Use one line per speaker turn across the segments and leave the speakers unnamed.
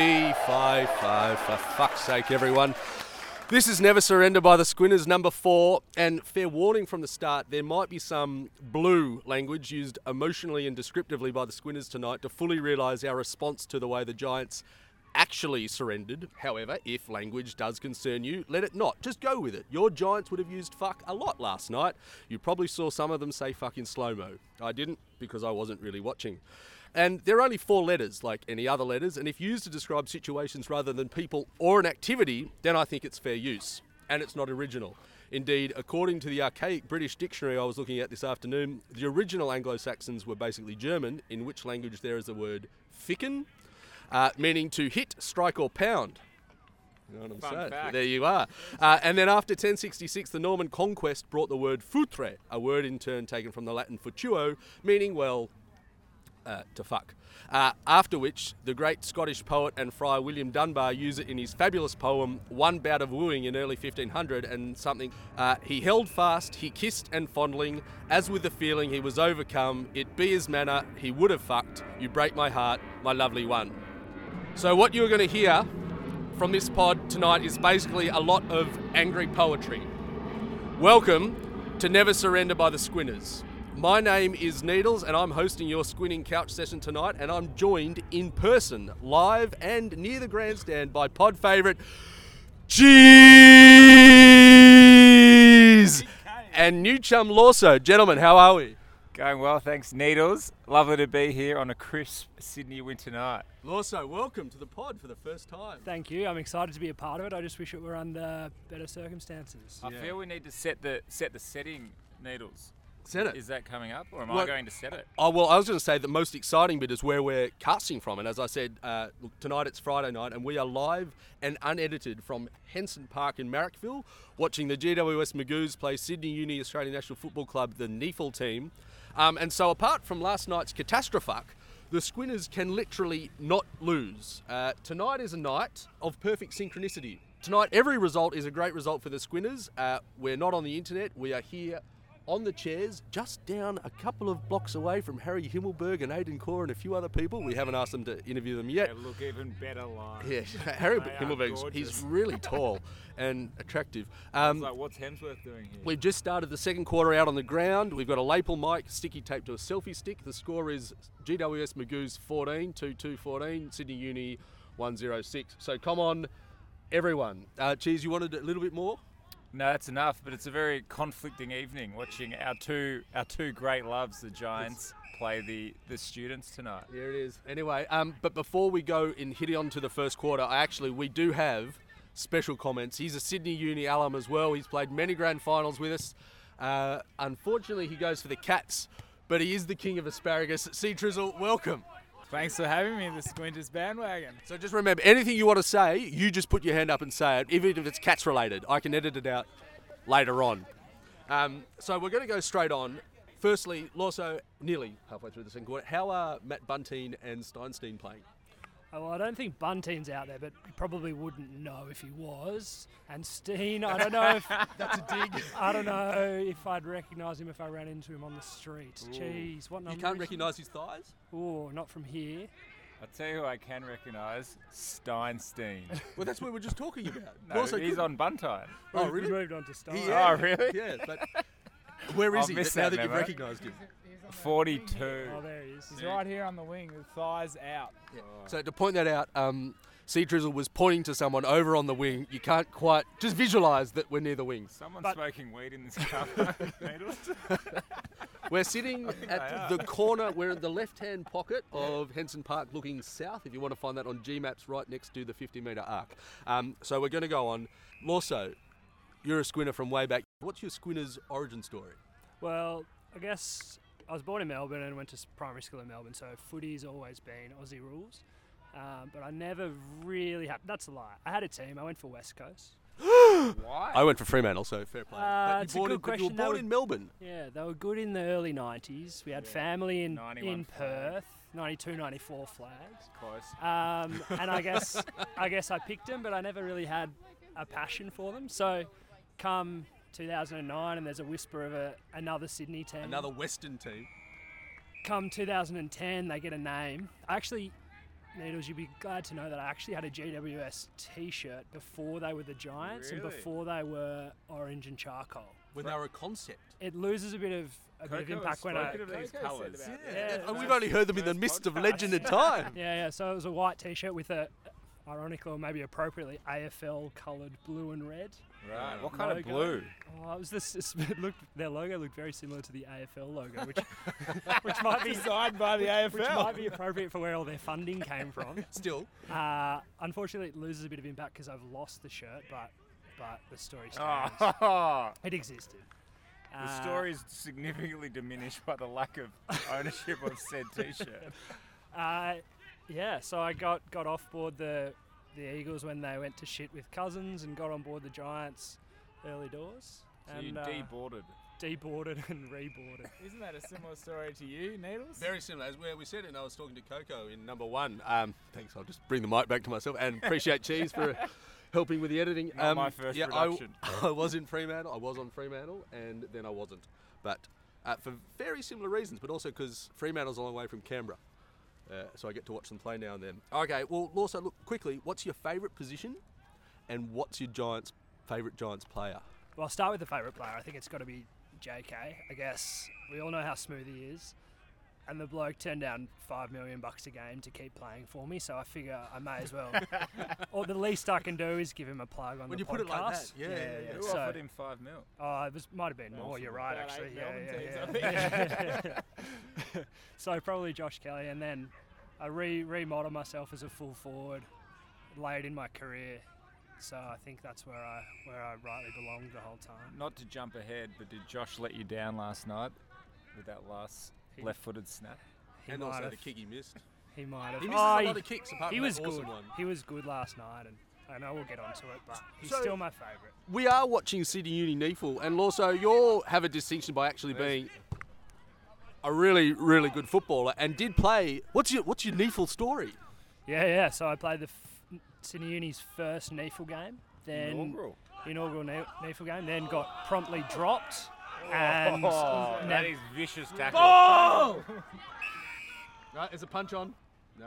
V55, for fuck's sake, everyone. This is Never Surrender by the Squinners, number four. And fair warning from the start, there might be some blue language used emotionally and descriptively by the Squinners tonight to fully realise our response to the way the Giants actually surrendered. However, if language does concern you, let it not. Just go with it. Your Giants would have used fuck a lot last night. You probably saw some of them say fuck in slow mo. I didn't because I wasn't really watching. And there are only four letters, like any other letters, and if used to describe situations rather than people or an activity, then I think it's fair use. And it's not original. Indeed, according to the archaic British dictionary I was looking at this afternoon, the original Anglo Saxons were basically German, in which language there is the word ficken, uh, meaning to hit, strike, or pound. You know what I'm
Fun
saying?
fact.
There you are. Uh, and then after 1066, the Norman conquest brought the word futre, a word in turn taken from the Latin futuo, meaning, well, uh, to fuck. Uh, after which, the great Scottish poet and friar William Dunbar used it in his fabulous poem One Bout of Wooing in early 1500 and something. Uh, he held fast, he kissed and fondling, as with the feeling he was overcome, it be his manner, he would have fucked, you break my heart, my lovely one. So, what you're going to hear from this pod tonight is basically a lot of angry poetry. Welcome to Never Surrender by the Squinners. My name is Needles, and I'm hosting your squinning couch session tonight. And I'm joined in person, live and near the grandstand, by pod favourite Cheese and new chum Lawso. Gentlemen, how are we?
Going well, thanks, Needles. Lovely to be here on a crisp Sydney winter night.
Lawso, welcome to the pod for the first time.
Thank you. I'm excited to be a part of it. I just wish it were under better
Uh,
circumstances.
I feel we need to set the set the setting, Needles.
Said it.
Is that coming up, or am
Well-
I going to set it?
Oh well, I was going to say the most exciting bit is where we're casting from, and as I said, uh, look, tonight it's Friday night, and we are live and unedited from Henson Park in Marrickville, watching the GWS Magoos play Sydney Uni Australian National Football Club, the NEFL team. Um, and so, apart from last night's catastrophe, the Squinners can literally not lose. Uh, tonight is a night of perfect synchronicity. Tonight, every result is a great result for the Squinners. Uh, we're not on the internet; we are here on the chairs, just down a couple of blocks away from Harry Himmelberg and Aidan Core and a few other people. We haven't asked them to interview them yet.
look even better live.
Yeah, Harry
They are
Himmelberg's, he's
gorgeous.
really tall and attractive. Um,
It's like, what's Hemsworth doing here?
We've just started the second quarter out on the ground. We've got a lapel mic sticky taped to a selfie stick. The score is GWS Magoos 14, 2 2 14, Sydney Uni 106. So come on, everyone. Uh, Cheese, you wanted a little bit more?
No, that's enough. But it's a very conflicting evening watching our two our two great loves, the Giants, play the the students tonight.
There it is. Anyway, um, but before we go and hit on to the first quarter, I actually we do have special comments. He's a Sydney Uni alum as well. He's played many grand finals with us. Uh, unfortunately, he goes for the Cats, but he is the king of asparagus. C Trizzle, welcome.
Thanks for having me, the Squinters bandwagon.
So just remember, anything you want to say, you just put your hand up and say it, even if it's cats related. I can edit it out later on. Um, so we're going to go straight on. Firstly, Lawso, nearly halfway through the second quarter, how are Matt Bunting and Steinstein playing?
Oh, well, I don't think Bunting's out there, but you probably wouldn't know if he was. And Steen, I don't know if that's a dig. I don't know if I'd recognise him if I ran into him on the street. Jeez, what number?
You can't
is he?
recognise his thighs?
Oh, not from here.
I'll tell you who I can recognise: Steinstein.
Well, that's what we were just talking about.
No, he's on Buntine.
Oh,
We-
really?
We moved on to Steen.
Yeah.
Oh, really?
Yeah, but where is
I've
he
missed
now
that
that you've
memo.
recognised him?
Forty-two.
Oh, there he is.
He's right here on the wing with thighs out.
Oh.
So to point that out, um, Sea Drizzle was pointing to someone over on the wing. You can't quite just visualise that we're near the wings.
Someone's
But-
smoking weed in this car.
We're sitting at the corner. We're in the left-hand pocket of Henson Park, looking south. If you want to find that on G Maps, right next to the 50-meter arc. Um, so we're going to go on. Lawso, you're a squinner from way back. What's your squinner's origin story?
Well, I guess I was born in Melbourne and went to s- primary school in Melbourne, so footy's always been Aussie rules. Um, but I never really had. That's a lie. I had a team. I went for West Coast.
Why?
I went for Fremantle, so fair play.
Uh,
but
it's a
you, born
good
in, but you
question.
were
That
born
would-
in Melbourne.
Yeah, they were good in the early 90s. We had family in,
91
in
flag.
Perth, 92, 94 flags.
Close.
Um, and I guess I guess I picked them, but I never really had a passion for them. So come 2009 and there's a whisper of a, another Sydney team.
Another Western team.
come 2010 they get a name. I actually Needles, you'd be glad to know that I actually had a GWS T-shirt before they were the Giants and
Really?
before they were Orange and Charcoal.
When they were a concept.
It loses a bit of a bit of
Coco has
impact when I.
spoken of these
Coco said
colours.
about
Yeah,
And- and
no,
we've only heard them in the
first
mist of
podcast.
legend and time.
Yeah, yeah. So it was a white T-shirt with a, ironically or maybe appropriately, AFL coloured blue and red.
Right. What kind of
Logo.
blue?
Oh, it was this. It looked their logo looked very similar to the AFL logo, which which might be
Designed by the AFL.
which might be appropriate for where all their funding came from.
Still,
Uh, unfortunately, it loses a bit of impact because I've lost the shirt, but but the story stands.
Oh,
It existed.
the
Uh,
story is significantly diminished by the lack of ownership of said T-shirt.
Uh, yeah, so I got, got off board the the Eagles when they went to shit with Cousins and got on board the Giants early doors.
So
and
you
uh,
deboarded.
deboarded and reboarded.
Isn't that a similar story to you, Needles?
very similar. As we, we said, and I was talking to Coco in number one. Um, thanks. I'll just bring the mic back to myself and appreciate Cheese for helping with the editing. Um,
Not my first
yeah, I,
production.
I was in Fremantle. I was on Fremantle, and then I wasn't, but uh, for very similar reasons, but also because Fremantle's a long way from Canberra. Uh, so I get to watch them play now and then. Okay, well, Lawson, look quickly. What's your favourite position, and what's your Giants' favourite Giants player?
Well, I'll start with the favourite player. I think it's got to be JK. I guess we all know how smooth he is. And the bloke turned down five million bucks a game to keep playing for me, so I figure I may as well. or the least I can do is give him a plug on
When
the
you put it like that,
podcast.
yeah, yeah, yeah.
Who
So,
offered him five mil?
Oh, it was might have been more.
Melbourne.
You're right,
About
actually.
eight
Yeah,
Melbourne
yeah, yeah. so probably Josh Kelly, and then I re remodeled myself as a full forward late in my career. So I think that's where I where I rightly belonged the whole time.
Not to jump ahead, but did Josh let you down last night with that last
He-
left-footed snap?
He
and
might
also
have,
the kick he missed.
He might have.
He misses
Oh,
a lot of kicks. Apart
he
from
was
that awesome
good.
one.
He was good last night, and I know we'll get onto it, but he's
So-
still my favourite.
We are watching Sydney Uni Neefel, and also you'll have a distinction by actually being a really, really good footballer and did play. What's your What's your Neefel story?
Yeah, yeah. So I played the f- Sydney Uni's first NEFL game, then
Inaugural.
inaugural Ne- NEFL game, then got promptly dropped,
Oh,
and now-
that Oh! is vicious tackle.
Right, there's a punch on. No.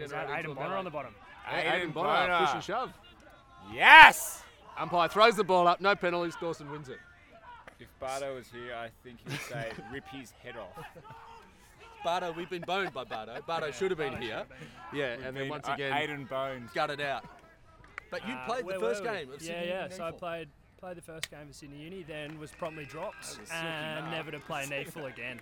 is that Aiden Bonner on the bottom?
Aiden Bonner.
shove.
Yes!
Umpire throws the ball up, no penalties. Dawson wins it.
If Bardo was here, I think he'd say, rip his head off.
Bardo, we've been boned by Bardo. Bardo should have been here.
Uh,
Yeah, and then
Been
once
A-
again,
Aiden Bones.
gutted out. But you
Uh,
played
where
the first
were we?
game of
yeah,
Sydney
yeah.
Uni
So I
Neefel.
played played the first game of Sydney Uni, then was promptly dropped
silky
and
mark.
never to play NEFL again.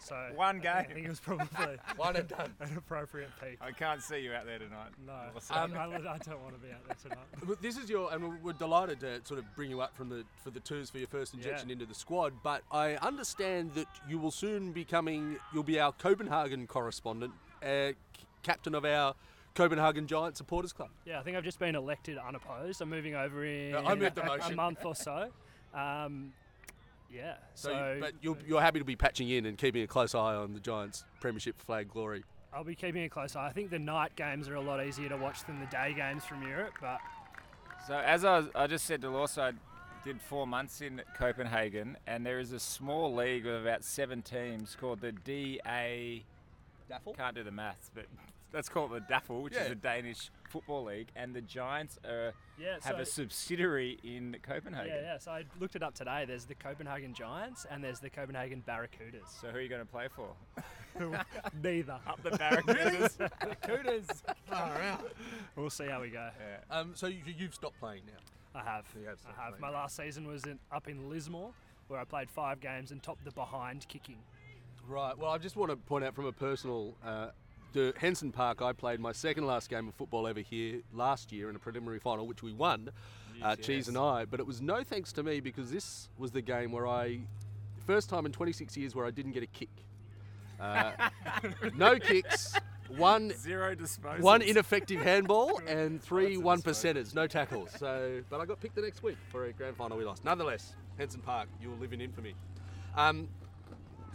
So
One
I
game.
think it was probably
One and done.
an appropriate peak.
I can't see you out there tonight.
No,
Melissa.
um, I, I don't want to be out there tonight.
Well, This is your, and we're- we're delighted to sort of bring you up from the for the tours for your first injection
Yeah.
into the squad. But I understand that you will soon be coming. You'll be our Copenhagen correspondent, uh, c- captain of our Copenhagen Giant supporters club.
Yeah, I think I've just been elected unopposed. I'm moving over in
I moved the
a
motion.
month or so. Um, yeah, so,
So, you, but you're, you're happy to be patching in and keeping a close eye on the Giants' premiership flag glory.
I'll be keeping a close eye. I think the night games are a lot easier to watch than the day games from Europe, but
So as I, was, I just said to Lawson, I did four months in Copenhagen, and there is a small league of about seven teams called the DA.
Daffel?
Can't do the maths, but let's call it the Daffel, which
Yeah.
is a Danish football league, and the Giants are,
yeah,
have
so,
a subsidiary in
yeah,
Copenhagen.
yeah. So I looked it up today. There's the Copenhagen Giants and there's the Copenhagen Barracudas.
So who are you going to play for?
Neither.
Up the barricades.
Cooters.
We'll see how we go.
yeah.
Um, so you, you've stopped playing now.
I have.
You have
I have.
played.
My last season was in, up in Lismore, where I played five games and topped the behind kicking.
Right. Well, I just want to point out from a personal, uh, the Henson Park. I played my second last game of football ever here last year in a preliminary final, which we won, uh, Cheese and I. But it was no thanks to me because this was the game where I, first time in 26 years, where I didn't get a kick. Uh, no kicks. One.
Zero disposal.
One ineffective handball and three
That's a
one
disgrace.
percenters, no tackles. So, but I got picked the next week for a grand final. We lost. Nonetheless, Henson Park, you will live in infamy. Um,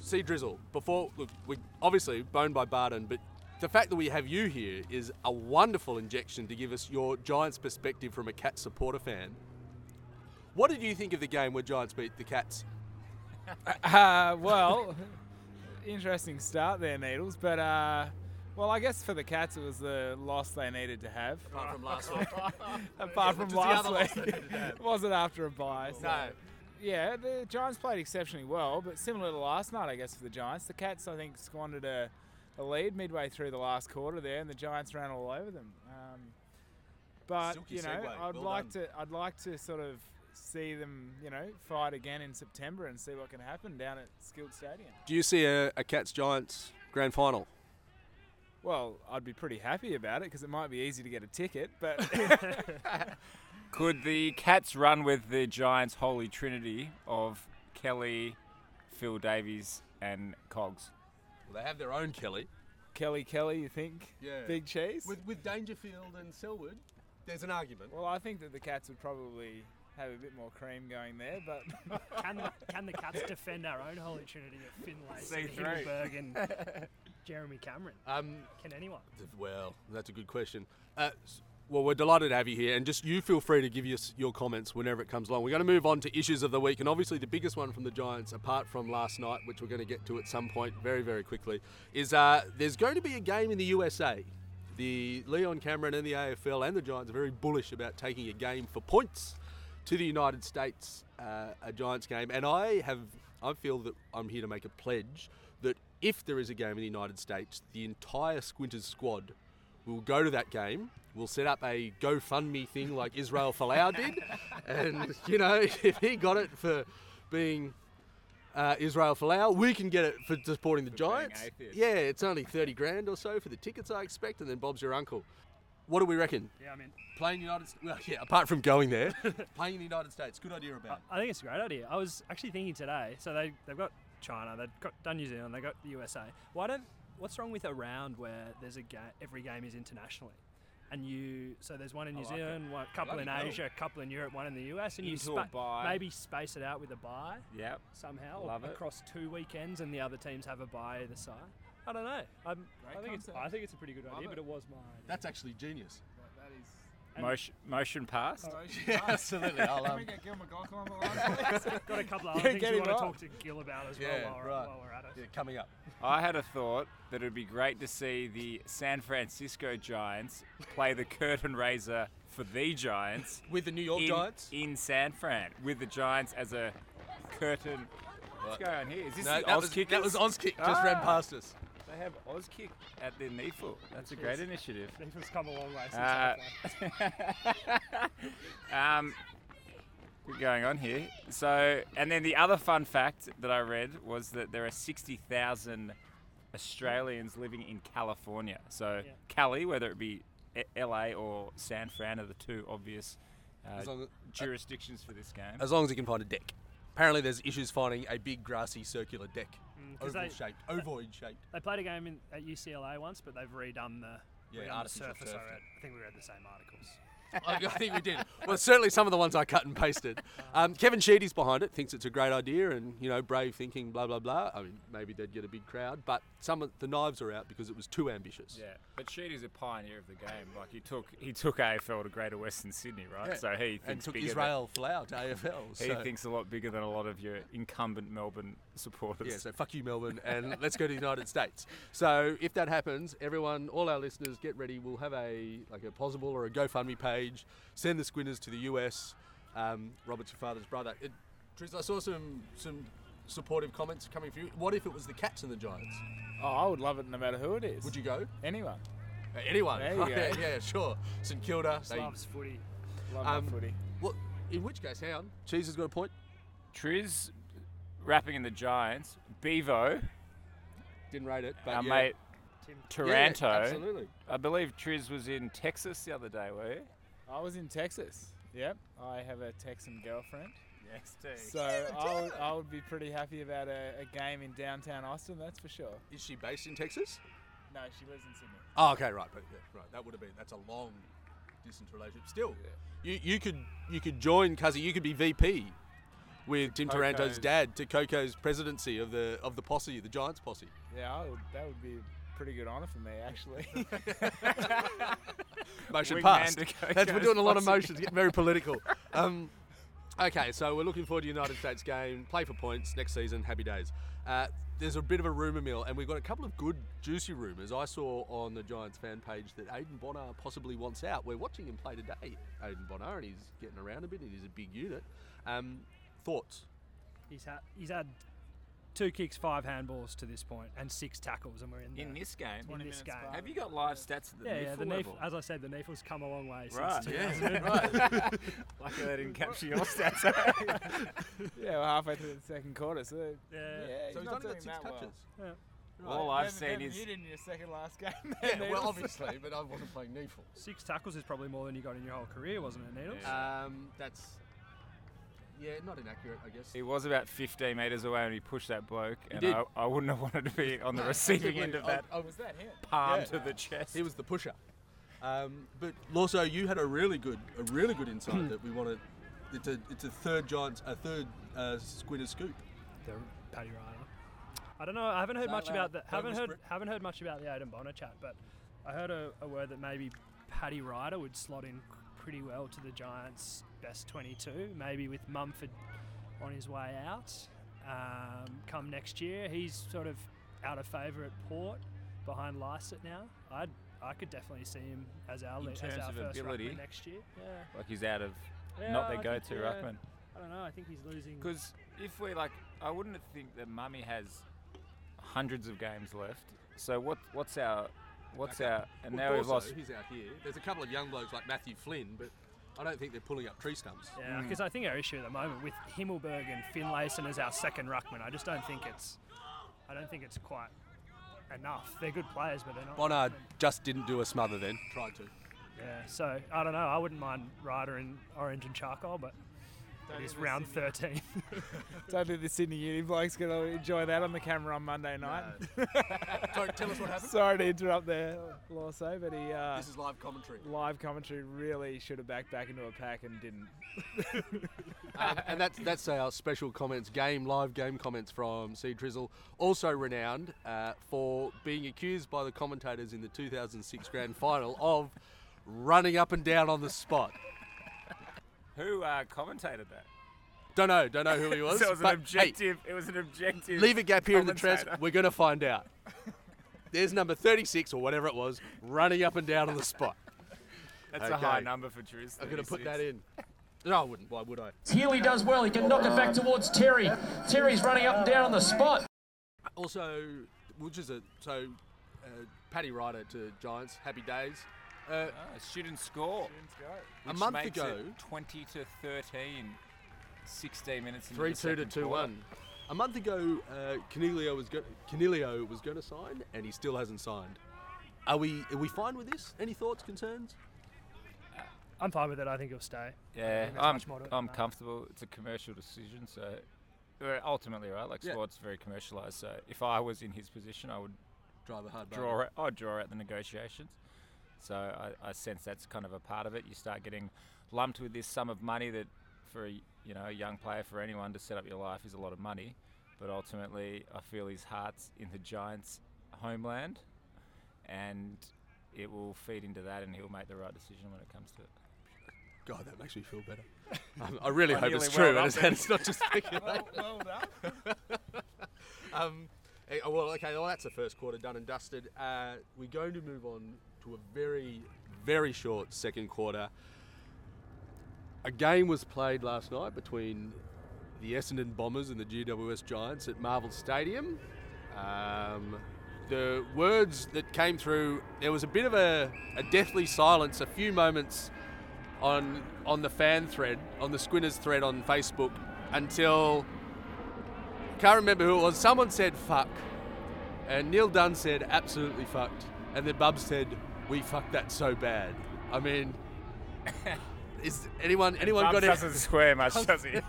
Sea Drizzle. Before, look, we obviously boned by Barden, but the fact that we have you here is a wonderful injection to give us your Giants perspective from a Cats supporter fan. What did you think of the game where Giants beat the Cats?
Uh, well, interesting start there, Needles. But uh, Well, I guess for the Cats, it was the loss they needed to have.
Apart from last week.
Apart
which
from
is the
last
other loss they
week,
needed to have.
it wasn't after a bye. so-
No.
Yeah, the Giants played exceptionally well, but similar to last night, I guess, for the Giants, the Cats, I think, squandered a, a lead midway through the last quarter there, and the Giants ran all over them. Um, but
Silky
you know,
segue.
I'd
Well
like to, I'd like to sort of see them, you know, fight again in September and see what can happen down at Skilled Stadium.
Do you see a, a Cats Giants grand final?
Well, I'd be pretty happy about it because it might be easy to get a ticket, but
Could the Cats run with the Giants' holy trinity of Kelly, Phil Davies, and Cogs?
Well, they have their own Kelly.
Kelly Kelly, you think?
Yeah.
Big cheese.
With, with Dangerfield and Selwood, there's an argument.
well, I think that the Cats would probably have a bit more cream going there, but
Can the, can the Cats defend our own Holy Trinity of Finlayson,
See through.
Himmelberg, and Jeremy Cameron?
Uh,
Um,
Can anyone?
th- well, that's a good question. Uh, s- well, we're delighted to have you here, and just you feel free to give us your comments whenever it comes along. We're going to move on to issues of the week, and obviously the biggest one from the Giants, apart from last night, which we're going to get to at some point very, very quickly, is uh, there's going to be a game in the USA. The Leon Cameron and the AFL and the Giants are very bullish about taking a game for points to the United States, uh, a Giants game, and I have I feel that I'm here to make a pledge that if there is a game in the United States, the entire Squinters squad will go to that game. We'll set up a GoFundMe thing like Israel Folau did, and you know if he got it for being uh, Israel Folau, we can get it for supporting the Giants.
atheist.
Yeah, it's only thirty grand or so for the tickets, I expect, and then Bob's your uncle. What do we reckon?
Yeah, I mean,
Playing United States. Well, yeah, apart from going there, playing in the United States. Good idea about
I,
it.
Uh,
I think it's a great idea. I was actually thinking today. So they they've got China, they've got done New Zealand, they got the USA. Why don't? What's wrong with a round where there's a ga- every game is internationally? And you, so there's one in New Zealand, one, couple in
Bloody hell.
Asia, couple in Europe, one in the US, and you
Into a bye.
maybe space it out with a bye
Yep.
somehow
Love it.
across two weekends, and the other teams have a bye either side. I don't know. I'm, I think it's I think it's a pretty good idea, but it was my idea.
That's actually genius.
that is.
And-
Motion, motion passed.
Yeah, absolutely. I'll,
Can we
um,
get Gil McLaughlin on the line? please?
Got a couple other
Yeah,
things
get
we
him
want to
up.
talk to Gil about as well
Yeah,
while, we're,
right.
while we're at it.
yeah, coming up.
I had a thought that it'd be great to see the San Francisco Giants play the curtain raiser for the Giants
With the New York
in,
Giants?
in San Fran with the Giants as a curtain. What's going on here? Is this
No,
the
that
Oz
was,
kickers?
that was Oz kick. Just ran
Ah.
past us.
They have Oz kick at their knee foot. That's a great initiative.
They've just come a long way since
Uh,
halfway.
um, what's going on here? So, and then the other fun fact that I read was that there are 60,000 Australians living in California. So,
Yeah.
Cali, whether it be E- LA or San Fran, are the two obvious uh,
As long as-
jurisdictions for this game.
As long as he can find a deck. Apparently, there's issues finding a big grassy circular deck,
Mm,
'cause
oval
they-
shaped, ovoid shaped.
They played a game in, at UCLA once, but they've redone the,
Yeah,
redone the
artificial
surface. I,
turf.
read. I think we read the same articles.
I I think we did. Well, certainly some of the ones I cut and pasted. Um, Kevin Sheedy's behind it, thinks it's a great idea, and you know, brave thinking, blah blah blah. I mean, maybe they'd get a big crowd, but some of the knives are out because it was too ambitious.
yeah, but Sheedy's a pioneer of the game. Like he took he took AFL to Greater Western Sydney, right?
Yeah.
So he thinks
and took
bigger
Israel Folau to AFL.
Than,
so-
He thinks a lot bigger than a lot of your incumbent Melbourne supporters.
Yeah, so fuck you, Melbourne, and let's go to the United States. So if that happens, everyone, all our listeners, get ready. We'll have a like a possible or a GoFundMe page. Send the squinners to the US. Um, Robert's your father's brother. It, Triz, I saw some some supportive comments coming from you. What if it was the Cats and the Giants?
oh, I would love it no matter who it is.
Would you go?
Anyone.
Uh, anyone?
There you go.
yeah, yeah, sure. St Kilda.
Just
They,
loves footy.
Love
Um,
that footy.
what? In which case, hang on. Cheese has got a point.
Triz rapping in the Giants, Bevo,
Didn't rate it, but
our
yeah.
mate
Tim. Yeah,
Yeah,
Taranto.
absolutely.
I believe Triz was in Texas the other day, were you?
I was in Texas. Yep. I have a Texan girlfriend.
Yes, Tex.
So I would, I would be pretty happy about a, a game in downtown Austin, that's for sure.
Is she based in Texas?
No, she lives in Sydney.
Oh, okay, right, but yeah, right. That would have been that's a long distance relationship. Still, you you could you could join Cuzzy. You could be VP with Tim Taranto's
Coco's-
dad to Coco's presidency of the of the posse, the Giants posse.
Yeah, I would, that would be a pretty good honour for me, actually.
Motion
Wingman
passed.
to Coco's
That's, we're doing a lot of
posse.
motions, getting very political. Um, okay, so we're looking forward to United States game. Play for points next season. Happy days. Uh, there's a bit of a rumour mill, and we've got a couple of good, juicy rumours. I saw on the Giants fan page that Aiden Bonner possibly wants out. We're watching him play today, Aiden Bonner, and he's getting around a bit, and he's a big unit. Um, thoughts?
He's had he's had two kicks, five handballs to this point, and six tackles, and we're in.
In
the-
this game,
in this game.
have you got live stats at the
Yeah, yeah. The
midfield
Neef,
level?
as I said, the Neefle's come a long way since
Right,
two-
Yeah,
Lucky they didn't capture your stats.
Yeah, we're halfway through the second quarter, so
Yeah.
yeah, he's
so he's
not
only got
doing
six
that well.
touches.
Yeah.
All I've seen is
you did in your second last game.
Yeah, well, obviously, but I wasn't playing Neefles.
Six tackles is probably more than you got in your whole career, wasn't it, Needles?
Yeah.
Um, that's yeah, not inaccurate, I guess.
He was about 15 metres away when he pushed that bloke, and
did.
I, I wouldn't have wanted to be on the receiving end of that
I, I was,
oh, was that him?
palm
yeah.
to the chest.
he was the pusher. Um, but Lawso, you had a really good, a really good insight
Hmm.
that we wanted. It's a, it's a third Giants, a third uh, Squidder scoop.
The Uh, Paddy Ryan. I don't know. I haven't heard
Say it
much about
loud.
the
Don't
haven't
whisper
heard
it.
haven't heard much about the Aiden Bonner chat, but I heard a, a word that maybe Paddy Ryder would slot in pretty well to the Giants' best 22, maybe with Mumford on his way out. Um, come next year, he's sort of out of favour at Port, behind Lysett now. I I could definitely see him as our
In
lead, as
terms
our
of
first
ability.
ruckman next year. Yeah.
like he's out of
Yeah,
not their
I
go
think,
to
yeah,
ruckman.
I don't know. I think he's losing.
Because if we like, I wouldn't think that Mummy has hundreds of games left. So what? What's our? What's our? And
Well,
now we've
Dorso,
lost.
He's out here. There's a couple of young blokes like Matthew Flynn, but I don't think they're pulling up tree stumps.
Yeah,
Hmm.
because I think our issue at the moment with Himmelberg and Finlayson as our second ruckman, I just don't think it's, I don't think it's quite enough. They're good players, but they're not.
Bonard just didn't do a smother then. Tried to.
Yeah, so I don't know. I wouldn't mind Ryder in orange and charcoal, but it is round 13.
Don't think the Sydney Uni bloke's going to enjoy that on the camera on Monday night.
Don't tell us what happened.
Sorry to interrupt there, Lawso, but he uh,
This is live commentary.
live commentary really should have backed back into a pack and didn't.
Um, and that's that's our special comments game live game comments from C Drizzle, also renowned uh, for being accused by the commentators in the 2006 Grand Final of running up and down on the spot.
Who uh, commentated that?
Don't know, don't know who he was.
so it was an
but, hey,
objective. it was an objective.
leave a gap here in the trans.
commentator.
We're gonna find out. There's number 36 or whatever it was, running up and down on the spot.
That's a high
Okay.
number for Drew's.
I'm gonna put that in. No, I wouldn't. Why would I?
Healy does well. He can knock it back towards Terry. Terry's running up and down on the spot.
Also, which is a so, uh, Paddy Ryder to Giants. Happy days. Uh,
Oh, Student score.
a
which
month
makes it
ago,
20 to 13, 16 minutes. into the
Three two to
second
two
quarter.
one. A month ago, uh, Canelio was go- Canelio was going to sign, and he still hasn't signed. Are we are we fine with this? Any thoughts, concerns?
I'm fine with it. I think he'll stay. I
Yeah,
think that's
I'm,
much more to it than
I'm
that.
comfortable. It's a commercial decision, so uh, ultimately, right? Like
Yeah.
sports, very commercialised. So if I was in his position, I would
Drive a hard
draw. Out, I'd draw out the negotiations. So I, I sense that's kind of a part of it. You start getting lumped with this sum of money that, for a, you know, a young player, for anyone to set up your life is a lot of money. But ultimately, I feel his heart's in the Giants' homeland, and it will feed into that, and he'll make the right decision when it comes to it.
God, that makes me feel better. Um, I really hope
nearly
it's true,
wound up
and it's,
then.
and it's not just speculation.
well done.
um, eh, oh, well, okay, well, that's the first quarter done and dusted. Uh, we're going to move on to a very, very short second quarter. A game was played last night between the Essendon Bombers and the GWS Giants at Marvel Stadium. Um, the words that came through, there was a bit of a, a deathly silence, a few moments on on the fan thread, on the Squinners thread on Facebook, until can't remember who it was. Someone said fuck. And Neil Dunn said absolutely fucked. And then Bub said, we fucked that so bad. I mean, is anyone anyone
Bubs
got any,
doesn't swear much, does he?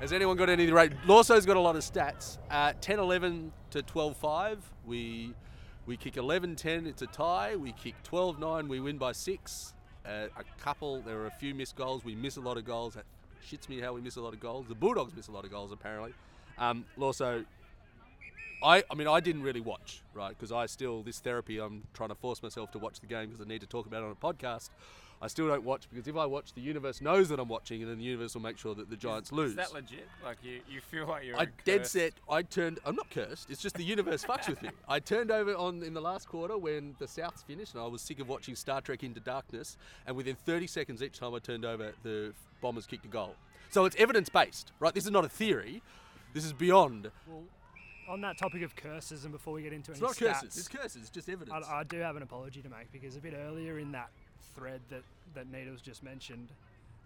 has anyone got any right? Lawso's got a lot of stats. Uh, 10 11 to 12 5. We we kick 11 10, it's a tie. We kick 12 9, we win by 6. Uh, a couple, there are a few missed goals. We miss a lot of goals. That shits me how we miss a lot of goals. The Bulldogs miss a lot of goals, apparently. Um, Lawso, I, I mean, I didn't really watch, right? Because I still, this therapy, I'm trying to force myself to watch the game because I need to talk about it on a podcast. I still don't watch because if I watch, the universe knows that I'm watching, and then the universe will make sure that the Giants lose.
Is that legit? Like you, you feel like you're
I dead
cursed?
set. I turned. I'm not cursed. It's just the universe fucks with me. I turned over on in the last quarter when the Souths finished, and I was sick of watching Star Trek Into Darkness. And within 30 seconds each time I turned over, the Bombers kicked a goal. So it's evidence based, right? This is not a theory. This is beyond.
On that topic of curses, and before we get into
It's
any
not
stats,
curses. It's curses. It's just evidence.
I, I do have an apology to make because a bit earlier in that thread that that Nita's just mentioned,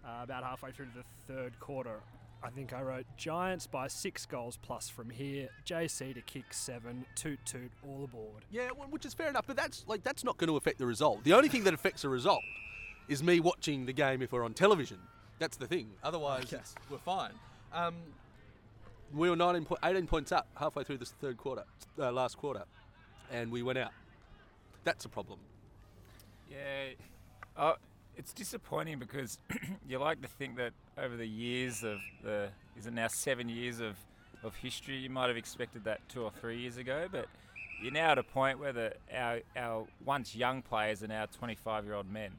uh, about halfway through the third quarter, I think I wrote Giants by six goals plus from here. JC to kick seven, toot toot, all aboard.
yeah, well, which is fair enough. But that's like that's not going to affect the result. The only thing that affects the result is me watching the game if we're on television. That's the thing. Otherwise, it's, we're fine. Um, we were 19 po- 18 points up halfway through this third quarter, uh, last quarter, and we went out. That's a problem.
Yeah. Oh, it's disappointing because you like to think that over the years of the is it now seven years of, of history, you might have expected that two or three years ago, but you're now at a point where the, our our once young players are now 25 year old men,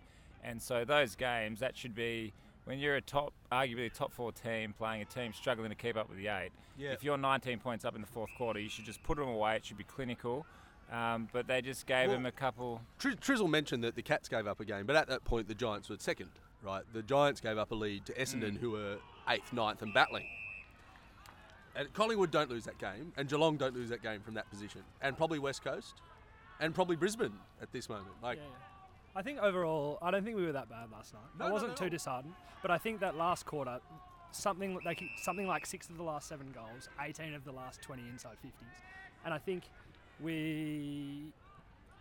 and so those games that should be when you're a top, arguably a top four team playing a team struggling to keep up with the eight.
Yeah.
If you're 19 points up in the fourth quarter, you should just put them away. It should be clinical, um, but they just gave
Well-
them a couple.
Tri- Trizzle mentioned that the Cats gave up a game, but at that point the Giants were second, right? The Giants gave up a lead to Essendon, who were eighth, ninth, and battling. And Collingwood don't lose that game, and Geelong don't lose that game from that position, and probably West Coast, and probably Brisbane at this moment. Like,
Yeah, yeah. I think overall, I don't think we were that bad last night.
No,
I
not
wasn't
at all.
too disheartened, but I think that last quarter, something like something like six of the last seven goals, eighteen of the last twenty inside fifties, and I think we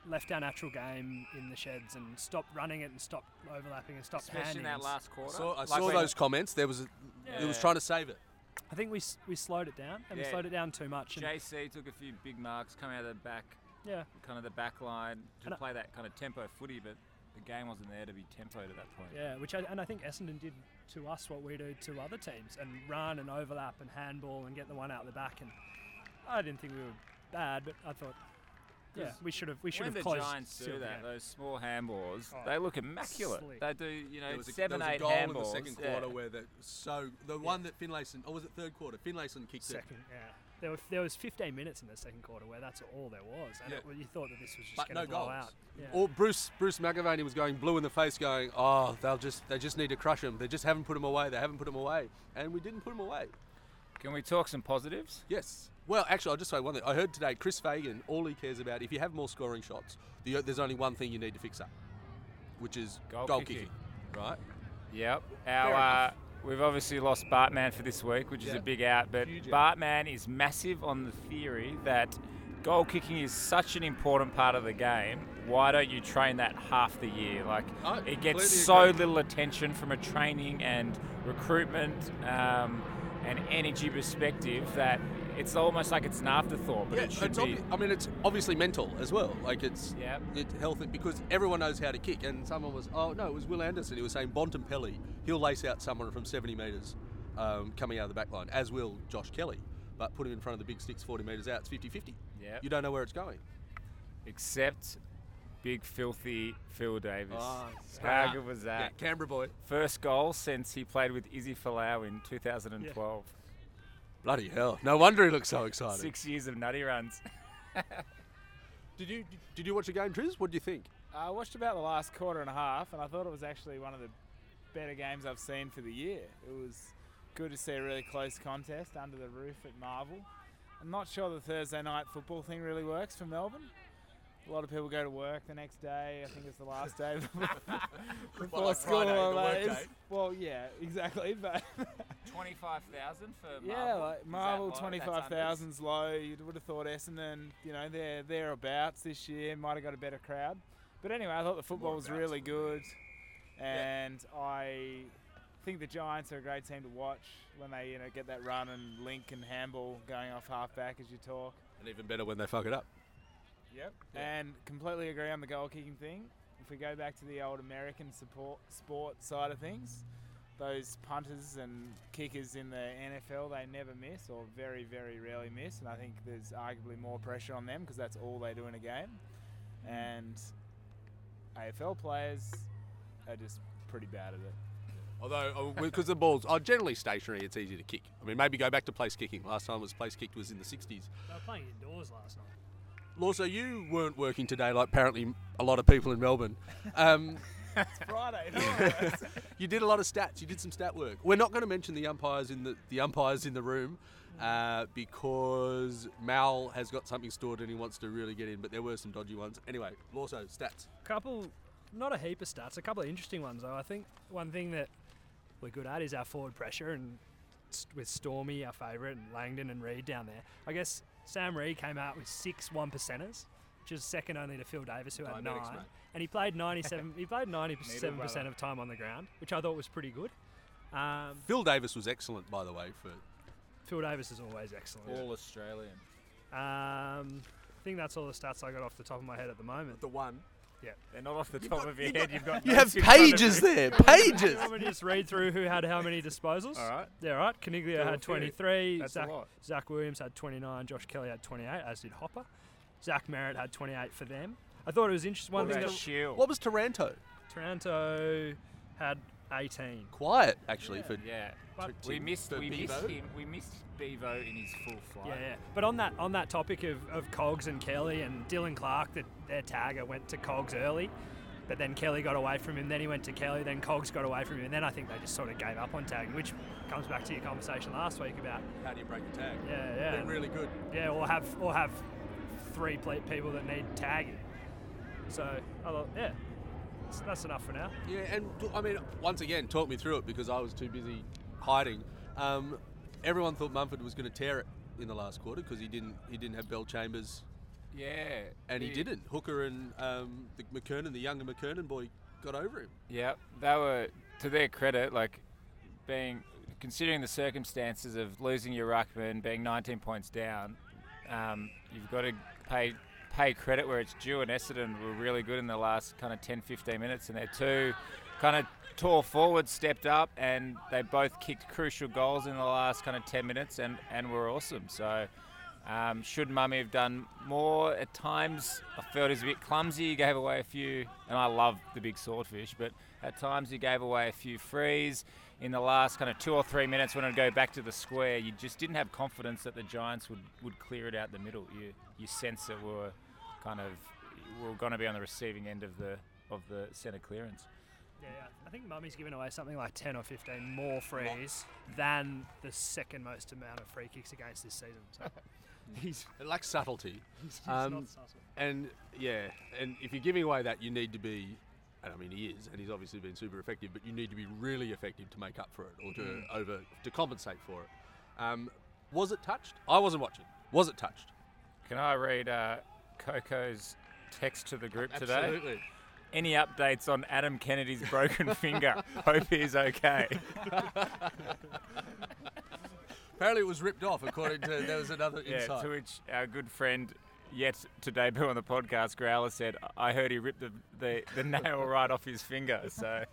left our natural game in the sheds and stopped running it and stopped overlapping and stopped
Especially in
handing.
that last quarter.
saw- I
Like
saw
when-
those comments. There was, a, it was
Yeah.
trying to save it.
I think we s- we slowed it down and we
Yeah.
slowed it down too much. and-
JC took a few big marks coming out of the back,
yeah,
kind of the back line to
And I-
play that kind of tempo footy, but the game wasn't there to be tempoed at that point.
yeah, which I, and I think Essendon did to us what we do to other teams and run and overlap and handball and get the one out the back and I didn't think we were bad, but I thought yeah
'Cause
we should have we should have
When the
closed.
Giants do
sealed the
that,
game.
those small handballs,
Oh,
they look immaculate.
slick.
They do, you know,
There was a,
seven,
there was
eight
a goal in the
handballs.
second
yeah.
quarter where the so the one that Finlayson or was it third quarter? Finlayson kicked it.
second. Yeah, there were there was 15 minutes in the second quarter where that's all there was, and
Yeah.
it, you thought that this was just
But
going
no
to blow
goals.
out. Yeah.
Or Bruce Bruce McAvaney was going blue in the face, going, "Oh, they'll just they just need to crush him. They just haven't put him away. They haven't put him away." And we didn't put him away.
Can we talk some positives?
Yes. Well, actually, I'll just say one thing. I heard today Chris Fagan, all he cares about, if you have more scoring shots, the, there's only one thing you need to fix up, which is goal,
Goal
kicking.
kicking.
Right?
Yep. Our uh, we've obviously lost Bartman for this week, which is
Yeah.
a big out. But
Huge out.
Bartman is massive on the theory that goal kicking is such an important part of the game. Why don't you train that half the year? Like
I
it
completely
gets so
agree.
little attention from a training and recruitment um, and energy perspective that it's almost like it's an afterthought. But it should
it's
be.
obvi- I mean, it's obviously mental as well. Like it's
Yep.
it's healthy because everyone knows how to kick. And someone was, oh no, it was Will Anderson. He was saying Bontempelli, he'll lace out someone from 70 metres um, coming out of the back line, as will Josh Kelly. But put him in front of the big sticks 40 metres out, it's 50-50.
Yep.
You don't know where it's going.
Except big filthy Phil Davis.
Ah,
How good was
Yeah,
that?
Canberra boy.
First goal since he played with Izzy Falau in 2012.
Bloody hell. No wonder he looks so excited.
Six years of nutty runs.
Did you did you watch a game, Triz? What do you think?
I watched about the last quarter and a half, and I thought it was actually one of the better games I've seen for the year. It was good to see a really close contest under the roof at Marvel. I'm not sure the Thursday night football thing really works for Melbourne. A lot of people go to work the next day. I think it's the last day before, before
like
school.
Friday, the
like,
work
it's-
day.
well, yeah, exactly. But
25,000 for
yeah, like Marvel twenty five thousands low. You would have thought Essendon, you know, they're thereabouts this year. Might have got a better crowd. But anyway, I thought the football was
abouts
really
would
good, and I think the Giants are a great team to watch when they you know get that run and link and handball going off halfback as you talk.
And even better when they fuck it up.
Yep.
Yeah.
And completely agree on the goal kicking thing. If we go back to the old American support sport side of things, those punters and kickers in the NFL they never miss or very very rarely miss, and I think there's arguably more pressure on them because that's all they do in a game. And AFL players are just pretty bad at it.
Although, because the balls are generally stationary, it's easy to kick. I mean, maybe go back to place kicking. Last time was place kicked was in the 60s.
They were playing indoors last night.
Lawso, you weren't working today, like apparently a lot of people in Melbourne. Um,
Friday. night.
you did a lot of stats. You did some stat work. We're not going to mention the umpires in the the umpires in the room uh, because Mal has got something stored and he wants to really get in. But there were some dodgy ones. Anyway, Lawso, stats.
Couple, not a heap of stats, a couple of interesting ones though. I think one thing that we're good at is our forward pressure, and s- with Stormy our favourite, and Langdon and Reed down there. I guess Sam Reed came out with six one percenters, which is second only to Phil Davis who had nine,
Diabetics, mate.
and he played ninety seven. he played ninety seven percent of time on the ground, which I thought was pretty good. Um,
Phil Davis was excellent, by the way. For
Phil Davis is always excellent.
All Australian.
Um, I think that's all the stats I got off the top of my head at the moment.
the one.
They're not off the top of your head. You've got
You have
notes in front of
pages
you.
there,
Do
pages.
you want me to just read through who had how many disposals?
All right.
Yeah, all right. Caniglio
Go
had
through it.
23.
That's a
Zach,
lot.
Zach Williams had 29. Josh Kelly had 28, as did Hopper. Zach Merritt had 28 for them. I thought it was interesting. One
What
thing
about
that
Shield?
What was Taranto?
Toronto had 18.
Quiet, actually. For
Yeah.
But-
We missed.
For
We missed
Bevo?
him. We missed Bevo in his full flight.
Yeah, yeah. But on that on that topic of, of Cogs and Kelly and Dylan Clark, that their tagger went to Cogs early, but then Kelly got away from him. Then he went to Kelly. Then Cogs got away from him. And then I think they just sort of gave up on tagging, which comes back to your conversation last week about
how do you break the tag?
yeah, yeah.
Been really good.
Yeah, or have or have three ple- people that need tagging. So I thought, yeah, that's, that's enough for now.
Yeah, and t- I mean, once again, talk me through it because I was too busy hiding. Um, everyone thought Mumford was going to tear it in the last quarter because he didn't. He didn't have Bell Chambers,
Yeah.
and he
the-
didn't. Hooker and um, the McKernan, the younger McKernan boy, got over him.
Yeah, they were to their credit, like being considering the circumstances of losing your ruckman, being 19 points down. Um, you've got to pay pay credit where it's due, and Essendon were really good in the last kind of 10, 15 minutes, and their two kind of tall forwards stepped up, and they both kicked crucial goals in the last kind of 10 minutes, and and were awesome. So. Um, should Mummy have done more at times? I felt he was a bit clumsy. He gave away a few, and I love the big swordfish, but at times he gave away a few frees. In the last kind of two or three minutes, when I'd go back to the square, you just didn't have confidence that the Giants would, would clear it out the middle. You you sense that we were kind of we were going to be on the receiving end of the of the centre clearance.
Yeah, I think Mummy's given away something like 10 or 15 more frees than the second most amount of free kicks against this season. So
He's it lacks subtlety.
it's
Um,
not subtle.
and yeah, and if you're giving away that, you need to be. And I mean, he is, and he's obviously been super effective. But you need to be really effective to make up for it, or to
Mm.
over to compensate for it. Um, was it touched? I wasn't watching. Was it touched?
Can I read uh, Coco's text to the group today?
Absolutely.
Any updates on Adam Kennedy's broken finger? Hope he's okay.
Apparently, it was ripped off. According to there was another
Yeah,
insight.
to which our good friend, yet to debut on the podcast, Growler said, I heard he ripped the, the, the nail right off his finger. So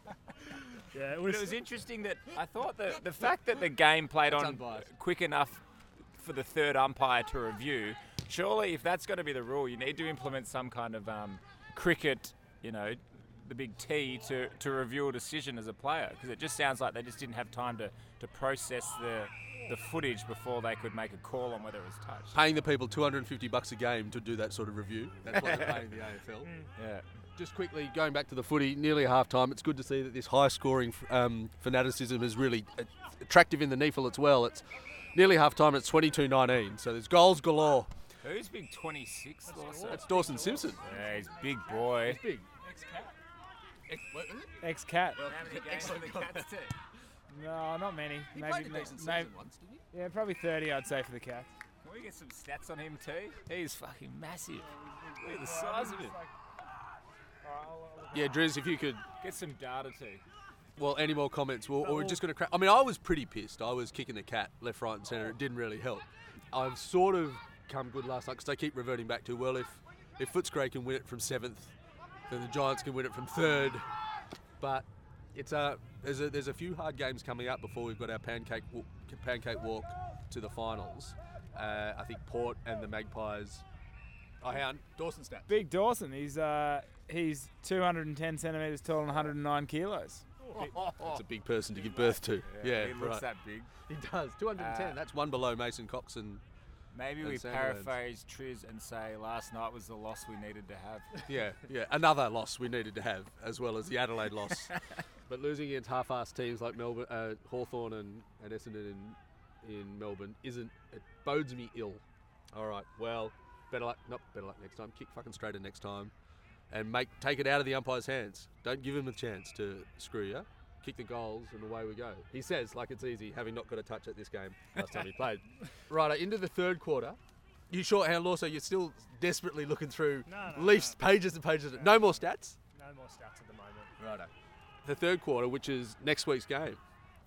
yeah, it
but
was,
it was interesting that I thought the, the fact that the game played
That's
on
unbiased.
quick enough for the third umpire to review, surely if that's going to be the rule, you need to implement some kind of um, cricket, you know, the big T to, to review a decision as a player because it just sounds like they just didn't have time to, to process the, the footage before they could make a call on whether it was touched.
paying the people 250 bucks a game to do that sort of review. That's why they're paying the AFL.
Yeah.
Just quickly going back to the footy, nearly half time. It's good to see that this high scoring um, fanaticism is really uh, attractive in the NEFL as well. It's nearly half time. It's 22 19. So there's goals galore.
Who's big 26, Lawson?
That's Dawson Simpson.
Yeah, he's big boy.
Big.
Ex cat.
How many games have the Cats took?
No, not many. Maybe, ma- maybe
once, didn't he?
yeah, probably 30, I'd say, for the cat.
Can we get some stats on him too? He's fucking massive. Look at the size of him.
Yeah, Driz, if you could.
Get some data too.
Well, any more comments? We'll, or we're just going to crack. I mean, I was pretty pissed. I was kicking the cat left, right, and centre. It didn't really help. I've sort of come good last night because they keep reverting back to well, if if Footscray can win it from seventh, then the Giants can win it from third. But it's a there's a there's a few hard games coming up before we've got our pancake wa- pancake walk to the finals. Uh, I think Port and the Magpies. I hound Dawson stats.
Big Dawson, he's uh, he's 210 centimetres tall and 109 kilos.
It's a big person to give birth to. Yeah,
it
right.
looks that big.
He does. 210.
Uh,
that's one below Mason Cox and
Maybe
And
we
Sandilands.
paraphrase Triz and say last night was the loss we needed to have.
yeah, yeah. Another loss we needed to have, as well as the Adelaide loss. but losing against half-assed teams like Melbourne, uh, Hawthorn, and, and Essendon in, in Melbourne isn't it bodes me ill. All right, well, better luck. Nope, better luck next time. Kick fucking straighter next time, and make take it out of the umpire's hands. Don't give him a chance to screw you. Kick the goals and away we go. He says like it's easy, having not got a touch at this game last time he played. Right, into the third quarter. You shorthand law, so you're still desperately looking through
No, no,
Leafs pages and pages. of- No more stats.
No more stats at the moment.
Righto. The third quarter, which is next week's game.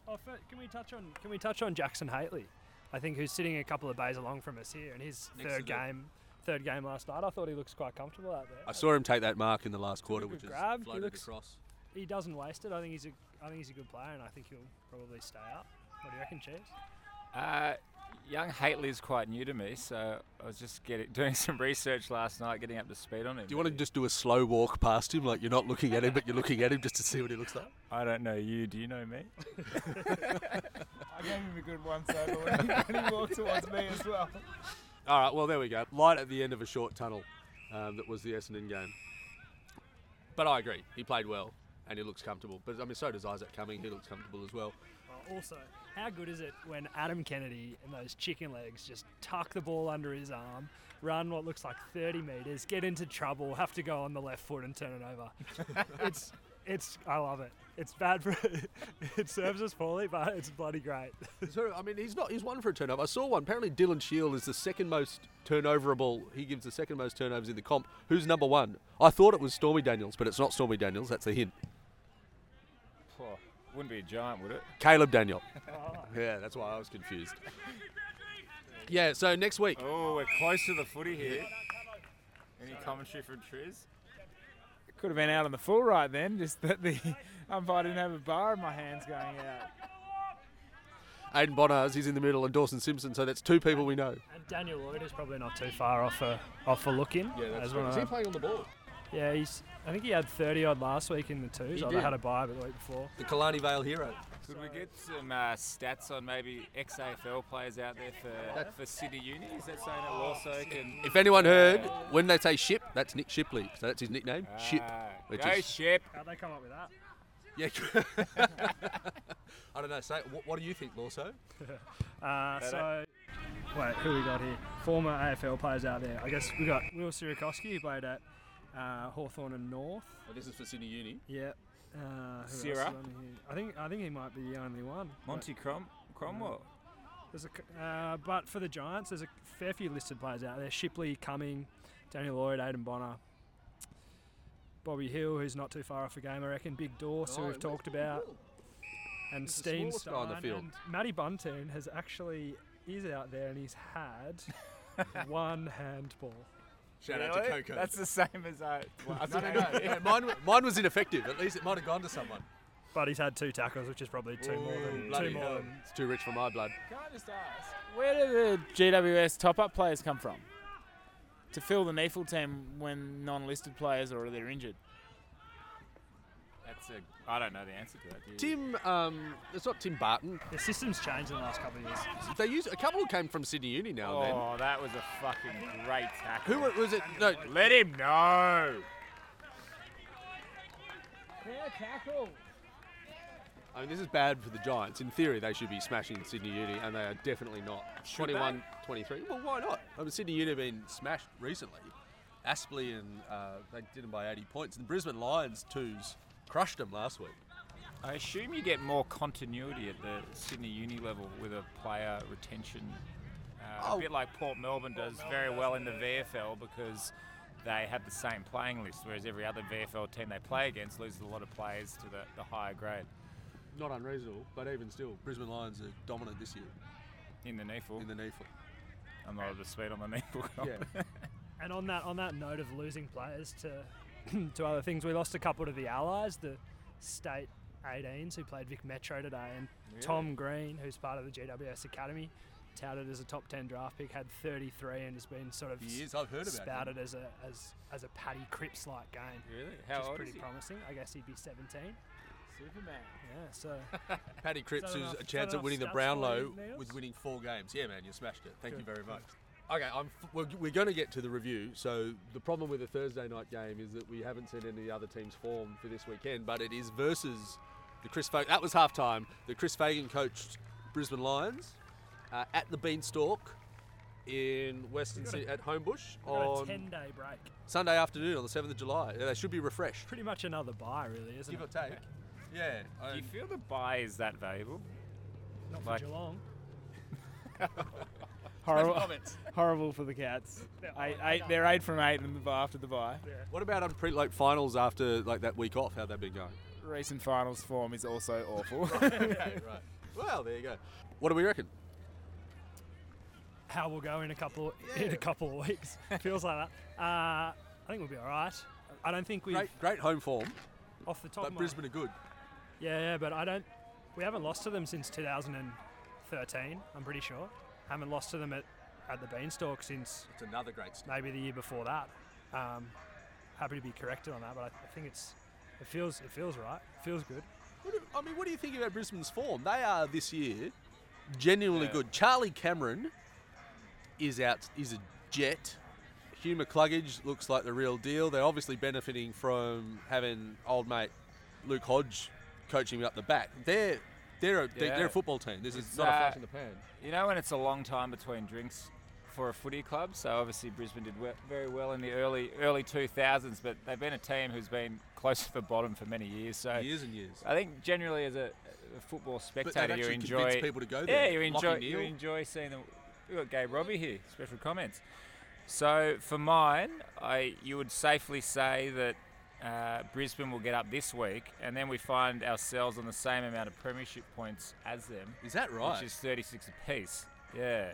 Oh, fir- can we touch on can we touch on Jackson Haley? I think who's sitting a couple of bays along from us here, and his third
Excellent.
game, third game last night. I thought he looks quite comfortable out there.
I saw him take that mark in the last quarter,
good
which is
grab. He
floated
looks-
across.
He doesn't waste it. I think he's a I think he's a good player, and I think he'll probably stay up. What do you reckon, Chiefs?
Uh, young Hateley is quite new to me, so I was just getting doing some research last night, getting up to speed on him.
Do you want to just do a slow walk past him, like you're not looking at him, but you're looking at him just to see what he looks like?
I don't know you. Do you know me?
I gave him a good one sober when he, when he walked towards me as well.
All right, well, there we go. Light at the end of a short tunnel um, that was the Essendon game. But I agree. He played well and he looks comfortable. But, I mean, so does Isaac Cumming. He looks comfortable as well.
Well, also, how good is it when Adam Kennedy and those chicken legs just tuck the ball under his arm, run what looks like 30 metres, get into trouble, have to go on the left foot and turn it over? it's, it's, I love it. It's bad for, it serves us poorly, but it's bloody great.
So, I mean, he's not. He's one for a turnover. I saw one. Apparently, Dylan Shield is the second most turnoverable. He gives the second most turnovers in the comp. Who's number one? I thought it was Stormy Daniels, but it's not Stormy Daniels. That's a hint.
Poor. Wouldn't be a giant, would it?
Caleb Daniel. yeah, that's why I was confused. Yeah. So next week.
Oh, we're close to the footy here. Any commentary from Triz?
Could have been out on the full right then, just that the umpire didn't have a bar in my hands going out.
Aiden Bonnars is in the middle, and Dawson Simpson. So that's two people we know.
And Daniel Lloyd is probably not too far off a, off a look in. as one of them.
playing on the ball?
yeah, he's, I think he had 30 odd last week in the twos.
He
or
did.
they had a bye the week before.
The Kalani Vale hero.
Could we get some uh, stats on maybe ex-AFL players out there for, for City Uni? Is that something that also
Oh,
can...
If anyone heard, when they say Ship, that's Nick Shipley. So that's his nickname. Ship.
Ah,
which
go
is-
Ship!
How'd they come up with that?
Yeah. I don't know. Say, what, what do you think, Lawso?
Uh, so, wait, who we got here? Former AFL players out there. I guess we got Will Sirikoski, who played at uh, Hawthorn and North.
Well, this is for Sydney Uni.
Yeah. Uh, who else is
Sira.
on here? I think I think he might be the only one. But
Monty Crom- Cromwell.
There's a, c- uh, but for the Giants, there's a fair few listed players out there. Shipley, Cumming, Daniel Lloyd, Aidan Bonner, Bobby Hill, who's not too far off a game, I reckon. Big Dorse, who we've talked about,
Oh,
and
He's the
Steen
smallest guy on the
Stein,
field.
And Matty Bunting has actually is out there and he's had one handball.
Shout out to
Really?
Coco.
That's the same as I... Well, I
no, no,
think-
no, no, Mine, wa- mine was ineffective. At least it might have gone to someone.
But he's had two tackles, which is probably two more than two more than
It's too rich for my blood.
Can I just ask, where do the GWS top-up players come from to fill the NEFL team when non-listed players or they're injured?
That's a... I don't know the answer to that. Do you?
Tim, um, it's not Tim Barton.
the system's changed in the last couple of years.
They used a couple came from Sydney Uni now and
Oh, that was a fucking great tackle.
then. Who wa- was it? No,
Let him know.
I mean this is bad for the Giants. In theory, they should be smashing Sydney Uni, and they are definitely not. 21, 23. Well, why not? I mean, Sydney Uni have been smashed recently. Aspley and uh, they did them by 80 points. And the Brisbane Lions twos crushed them last week.
I assume you get more continuity at the Sydney Uni level with a player retention, uh,
Oh.
a bit like Port Melbourne does very well in the VFL because they have the same playing list, whereas every other VFL team they play against loses a lot of players to the, the higher grade
Not unreasonable, but even still, Brisbane Lions are dominant this year
in the NEFL.
in the NEFL.
I'm not up to speed on the NEFL.
Yeah.
And on that on that note of losing players to to other things, we lost a couple to the Allies, the state 18s who played Vic Metro today, and Tom Green, who's part of the GWS Academy, touted as a top 10 draft pick, had 33 and has been sort of
He
s-
is. I've heard about him.
spouted as a as as a Paddy Cripps like game,
Really?
which
How
is
old
pretty
is he?
promising. I guess he'd be 17.
Superman.
Yeah, so
Paddy Cripps
that
who's
enough-
a
is
chance
that
at winning the
enough stats for
Brownlow
you, Niels?
with winning four games. Yeah, man, you smashed it. Thank you very much. Okay, I'm f- we're, we're going to get to the review. So the problem with the Thursday night game is that we haven't seen any other team's form for this weekend, but it is versus the Chris Fagan. That was half time. The Chris Fagan coached Brisbane Lions uh, at the Beanstalk in Western
We've got a-
City at Homebush
we've got a
on
10 day break.
Sunday afternoon on the 7th of July. Yeah, they should be refreshed.
Pretty much another buy, really, isn't
Give or
it?
take. Yeah.
Do you
and-
feel the buy is that valuable?
Not for
like-
Geelong.
Horrible,
comments.
horrible for the Cats. Eight, eight, they're eight from eight in the bye, after the bye.
What about on pre like finals after like that week off? How'd that been going?
Recent finals form is also awful.
okay, right. Well, there you go. What do we reckon?
How we'll go in a couple in a couple of weeks. Feels like that. Uh, I think we'll be all right. I don't think we've
Great, great home form,
off the top.
but
of Oh my-
Brisbane are good.
Yeah, yeah, but I don't. We haven't lost to them since 2013. I'm pretty sure. Haven't lost to them at, at the Beanstalk since
It's another great start.
maybe the year before that. Um, happy to be corrected on that, but I, I think it's it feels it feels right. feels good.
What do, I mean, what do you think about Brisbane's form? They are this year genuinely good. Charlie Cameron is out. Is a jet. Hugh McCluggage looks like the real deal. They're obviously benefiting from having old mate Luke Hodge coaching up the back. They're they're a, they're, they're
Yeah.
a football team. This
It's,
is not a flash
uh,
in the pan.
You know when it's a long time between drinks for a footy club. So obviously Brisbane did we- very well in the early early 2000s, but they've been a team who's been close to the bottom for many years. So
Years and years.
I think generally as a, a football spectator, you
actually
enjoy
convinced people to go
Yeah,
there.
you
Lachie
enjoy you
Neale.
enjoy seeing them. We got Gabe Robbie here. Special comments. So for mine, I you would safely say that uh, Brisbane will get up this week, and then we find ourselves on the same amount of premiership points as them,
Is that right?
which is 36 apiece. Yeah.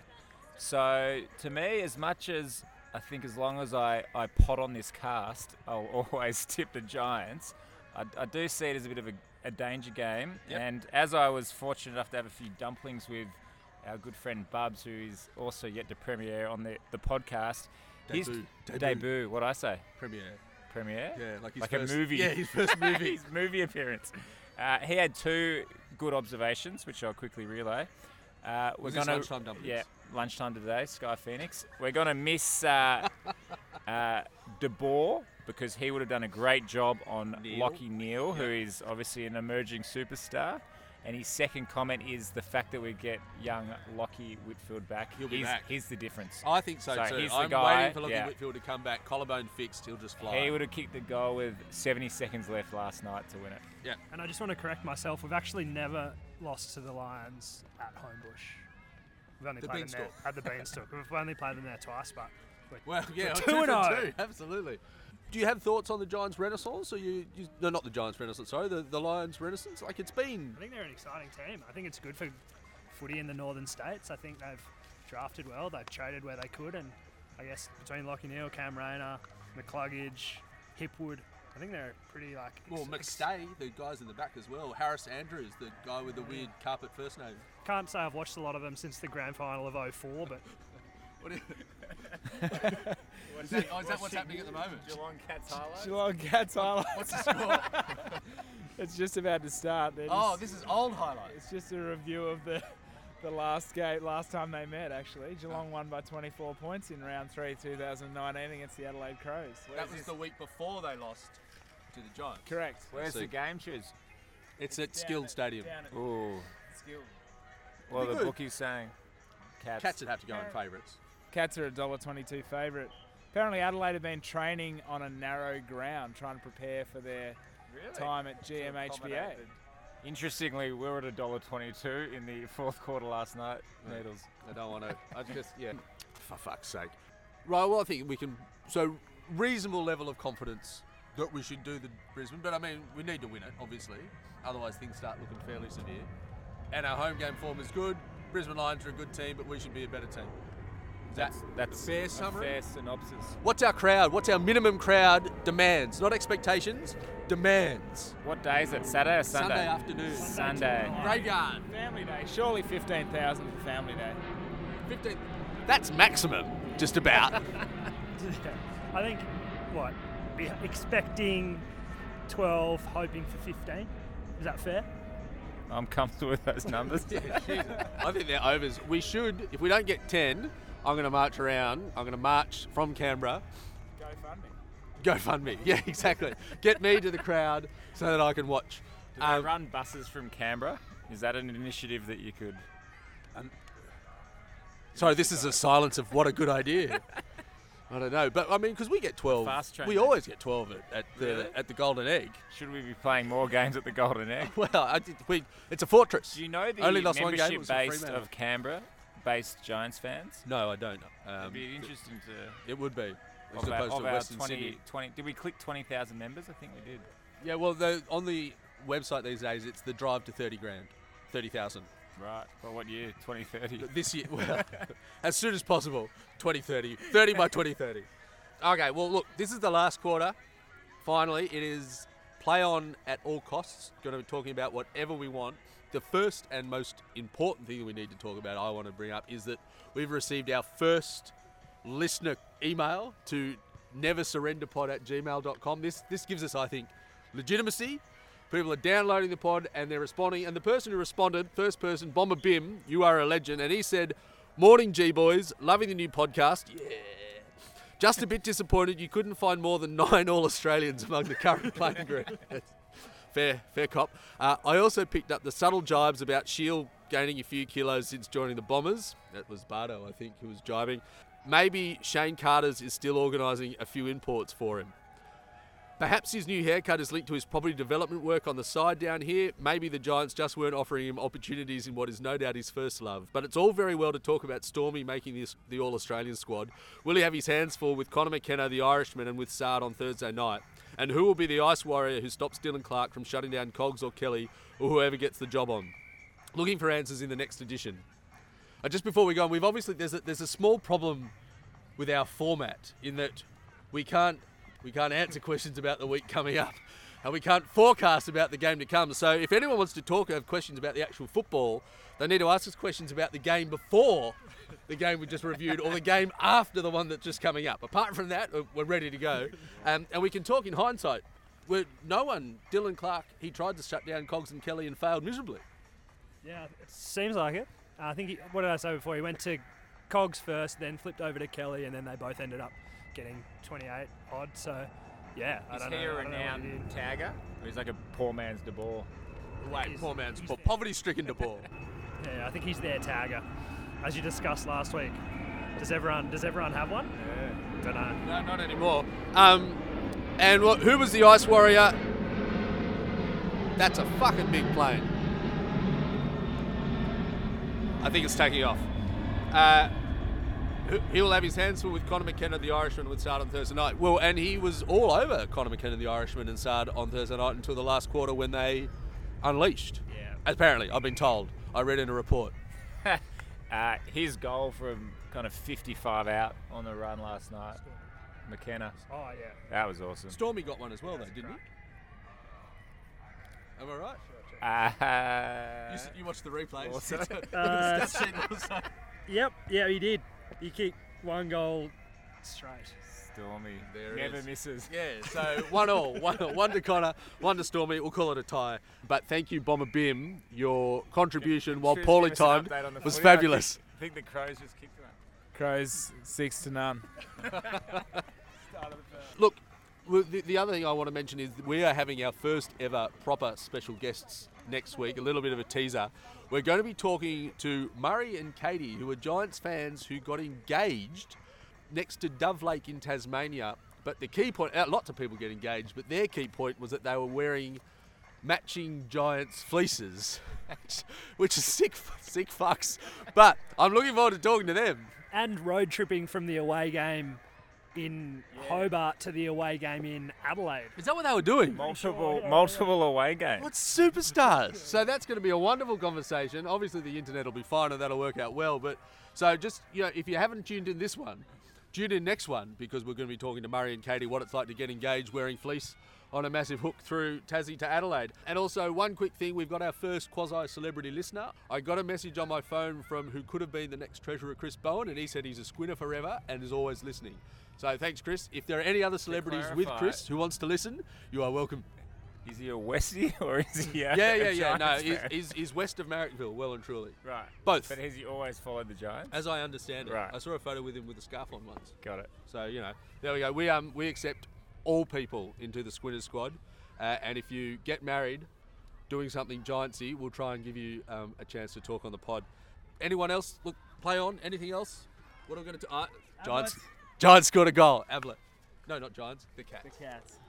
So to me, as much as I think, as long as I, I pot on this cast, I'll always tip the Giants. I, I do see it as a bit of a, a danger game.
Yep.
And as I was fortunate enough to have a few dumplings with our good friend Bubs, who is also yet to premiere on the, the podcast. His
Debut. Debut.
debut. What I say?
premiere.
Premiere?
Yeah, like his
Like a
first,
movie.
Yeah, his first movie.
his movie appearance. Uh, he had two good observations, which I'll quickly relay. Uh, we're
Was this
gonna
lunchtime dumplings?
yeah lunchtime today. Sky Phoenix. We're gonna miss uh, uh, De Boer because he would have done a great job on
Neil.
Lockie Neal, who is obviously an emerging superstar. And his second comment is the fact that we get young Lockie Whitfield back.
He'll be
he's,
back. Oh.
he's the difference.
I think so,
So
too.
he's the
I'm
guy,
waiting for Lockie
yeah.
Whitfield to come back, collarbone fixed, he'll just fly.
He would have kicked the goal with 70 seconds left last night to win it.
And I just want to correct myself. We've actually never lost to the Lions at Homebush. We've only
The
played them
Beanstalk.
there at the Beanstalk. We've only played them there twice, but we're
well, yeah,
We're
two
two and
for
oh.
two, absolutely. Do you have thoughts on the Giants' renaissance? Or you, you no, not the Giants' renaissance. Sorry, the, the Lions' renaissance. Like it's been
I think they're an exciting team. I think it's good for footy in the northern states. I think they've drafted well, they've traded where they could, and I guess between Lockie Neal, Cam Rayner, McCluggage, Hipwood, I think they're pretty like. ex-
well
ex-
McStay, the guys in the back as well. Harris Andrews, the guy with the weird carpet first name.
Can't say I've watched a lot of them since the grand final of 04, but
What is, what is, that, oh, is that what's happening at the moment?
Geelong Cats highlights.
Geelong Cats highlight.
What's the score?
It's just about to start. They're
oh,
just-
this is old highlights.
It's just a review of the the last game, last time they met. Actually, Geelong won by 24 points in round three, 2019, against the Adelaide Crows.
That was the week before they lost to the Giants.
Correct.
Where's
So-
the game shoes?
It's at Skilled Stadium.
Ooh.
Skilled.
Well,
Be
the
good.
bookie's saying cats.
Cats would have to go in favourites.
Cats are a dollar 22 favourite. Apparently, Adelaide have been training on a narrow ground, trying to prepare for their time at GMHBA.
Interestingly, we were at a dollar twenty-two in the fourth quarter last night. Needles.
I don't want to. I just yeah. For fuck's sake. Right. Well, I think we can. So reasonable level of confidence that we should do the Brisbane, but I mean we need to win it, obviously. Otherwise things start looking fairly severe. And our home game form is good. Brisbane Lions are a good team, but we should be a better team. That's
That's
a fair
a
summary.
fair synopsis.
What's our crowd? What's our minimum crowd demands? Not expectations, demands.
What day is it? Saturday or Sunday?
Sunday afternoon.
Sunday.
Graveyard.
Family Day. Surely 15,000 for Family Day.
15th. That's maximum, just about.
I think what be expecting 12, hoping for 15. Is that fair?
I'm comfortable with those numbers.
I think they're overs. We should, if we don't get 10, I'm going to march around. I'm going to march from Canberra. GoFundMe. GoFundMe. Yeah, exactly. get me to the crowd so that I can watch. Um,
Do they run buses from Canberra? Is that an initiative that you could?
Sorry, this is a silence of what a good idea. I don't know, but I mean, because we get 12.
Fast train
we
that.
always get 12 at, at, the,
Really?
at the Golden Egg.
Should we be playing more games at the Golden Egg?
Well, I did, we, it's a fortress.
Do you know the
Only lost one game, it
membership
was in
base
Fremantle.
of Canberra, based Giants fans?
No, I don't. Um,
It'd be interesting to.
it would be. As
Of our,
opposed
of
to
our
Western
20,
Sydney.
20 did we click 20,000 members? I think we did.
Yeah, well, the, on the website these days, it's the drive to 30 grand, 30,000.
Right. Well, what year? 2030.
But This year, well, as soon as possible, 2030. 30 by 2030. Okay, well, look, this is the last quarter. Finally, it is play on at all costs. Going to be talking about whatever we want. The first and most important thing we need to talk about, I want to bring up, is that we've received our first listener email to neversurrenderpod at gmail.com. This, this gives us, I think, legitimacy. People are downloading the pod and they're responding. And the person who responded, first person, Bomber Bim, you are a legend. And he said, Morning, G Boys, loving the new podcast. Yeah. Just a bit disappointed you couldn't find more than nine All Australians among the current playing group. fair, fair cop. Uh, I also picked up the subtle jibes about Shield gaining a few kilos since joining the Bombers. That was Bardo, I think, who was jibing. Maybe Shane Carter's is still organising a few imports for him. Perhaps his new haircut is linked to his property development work on the side down here. Maybe the Giants just weren't offering him opportunities in what is no doubt his first love. But it's all very well to talk about Stormy making this the All Australian squad. Will he have his hands full with Connor McKenna, the Irishman, and with Sard on Thursday night? And who will be the ice warrior who stops Dylan Clark from shutting down Cogs or Kelly or whoever gets the job on? Looking for answers in the next edition. Uh, just before we go on, we've obviously there's a, there's a small problem with our format in that we can't we can't answer questions about the week coming up, and we can't forecast about the game to come. So if anyone wants to talk or have questions about the actual football, they need to ask us questions about the game before the game we just reviewed or the game after the one that's just coming up. Apart from that, uh, we're ready to go, um, and we can talk in hindsight. We're, no one, Dylan Clark, he tried to shut down Cogs and Kelly and failed miserably.
Yeah, it seems like it. I think, he, what did I say before? He went to Cogs first, then flipped over to Kelly, and then they both ended up getting 28 odd. So, yeah, I
Is
don't
he a
know. I don't know what
renowned
he did.
tagger? Or he's like a poor man's De Boer.
Wait,
He's-
poor man's
he's
poor,
there.
poverty-stricken to poor.
Yeah, I think he's their tagger, as you discussed last week. Does everyone does everyone have one? Yeah. Don't know.
No, not anymore. Um, and what, who was the Ice Warrior? That's a fucking big plane. I think it's taking off. Uh, who- he will have his hands full with Connor McKenna, the Irishman, with Sard on Thursday night. Well, and he was all over Connor McKenna, the Irishman, and Sard on Thursday night until the last quarter when they unleashed.
Yeah.
Apparently, I've been told. I read in a report.
Uh, his goal from kind of 55 out on the run last night, McKenna.
Oh yeah.
That was awesome.
Stormy got one as well, though, didn't he? Am I right? You,
Uh,
s- you watched the replays.
Also-
Uh,
Stat sheet also.
Yep. Yeah, he did. He kicked one goal straight.
Stormy
There it
never
is.
misses.
Yeah, so one all, one, one to Connor, one to Stormy. We'll call it a tie. But thank you, Bomber Bim. Your contribution, while
Should
poorly
give us an
timed,
update on the
was
footy. I think-
fabulous.
I think the Crows just kicked him out.
Crows six to none.
Look, w- the, the other thing I want to mention is we are having our first ever proper special guests next week. A little bit of a teaser. We're going to be talking to Murray and Katie, who are Giants fans who got engaged next to Dove Lake in Tasmania. But the key point, uh, lots of people get engaged, but their key point was that they were wearing matching Giants fleeces, which is sick, sick fucks. But I'm looking forward to talking to them.
And road tripping from the away game in Hobart to the away game in Adelaide.
Is that what they were doing?
Multiple, multiple away games.
What superstars? So that's going to be a wonderful conversation. Obviously, the internet will be fine and that'll work out well. But so just, you know, if you haven't tuned in this one, tune in next one because we're going to be talking to Murray and Katie what it's like to get engaged wearing fleece on a massive hook through Tassie to Adelaide. And also, one quick thing we've got our first quasi celebrity listener. I got a message on my phone from who could have been the next treasurer, Chris Bowen, and he said he's a squinner forever and is always listening. So thanks, Chris. If there are any other celebrities with
clarify-
Chris who wants to listen, you are welcome.
Is he a Westie or is he a
Yeah, yeah,
a
yeah. No,
Giants
he's,
fan?
he's, he's west of Marrickville, well and truly.
right.
Both.
But has he always followed the Giants?
As I understand it,
Right.
I saw a photo with him with a scarf on once.
Got it.
So you know, there we go. We um we accept all people into the Squinners squad, uh, and if you get married, doing something giantsy, we'll try and give you um, a chance to talk on the pod. Anyone else? Look, play on. Anything else? What are we going to? Uh, Giants. Giants scored a goal. Ablett. No, not Giants. The Cats.
Cats.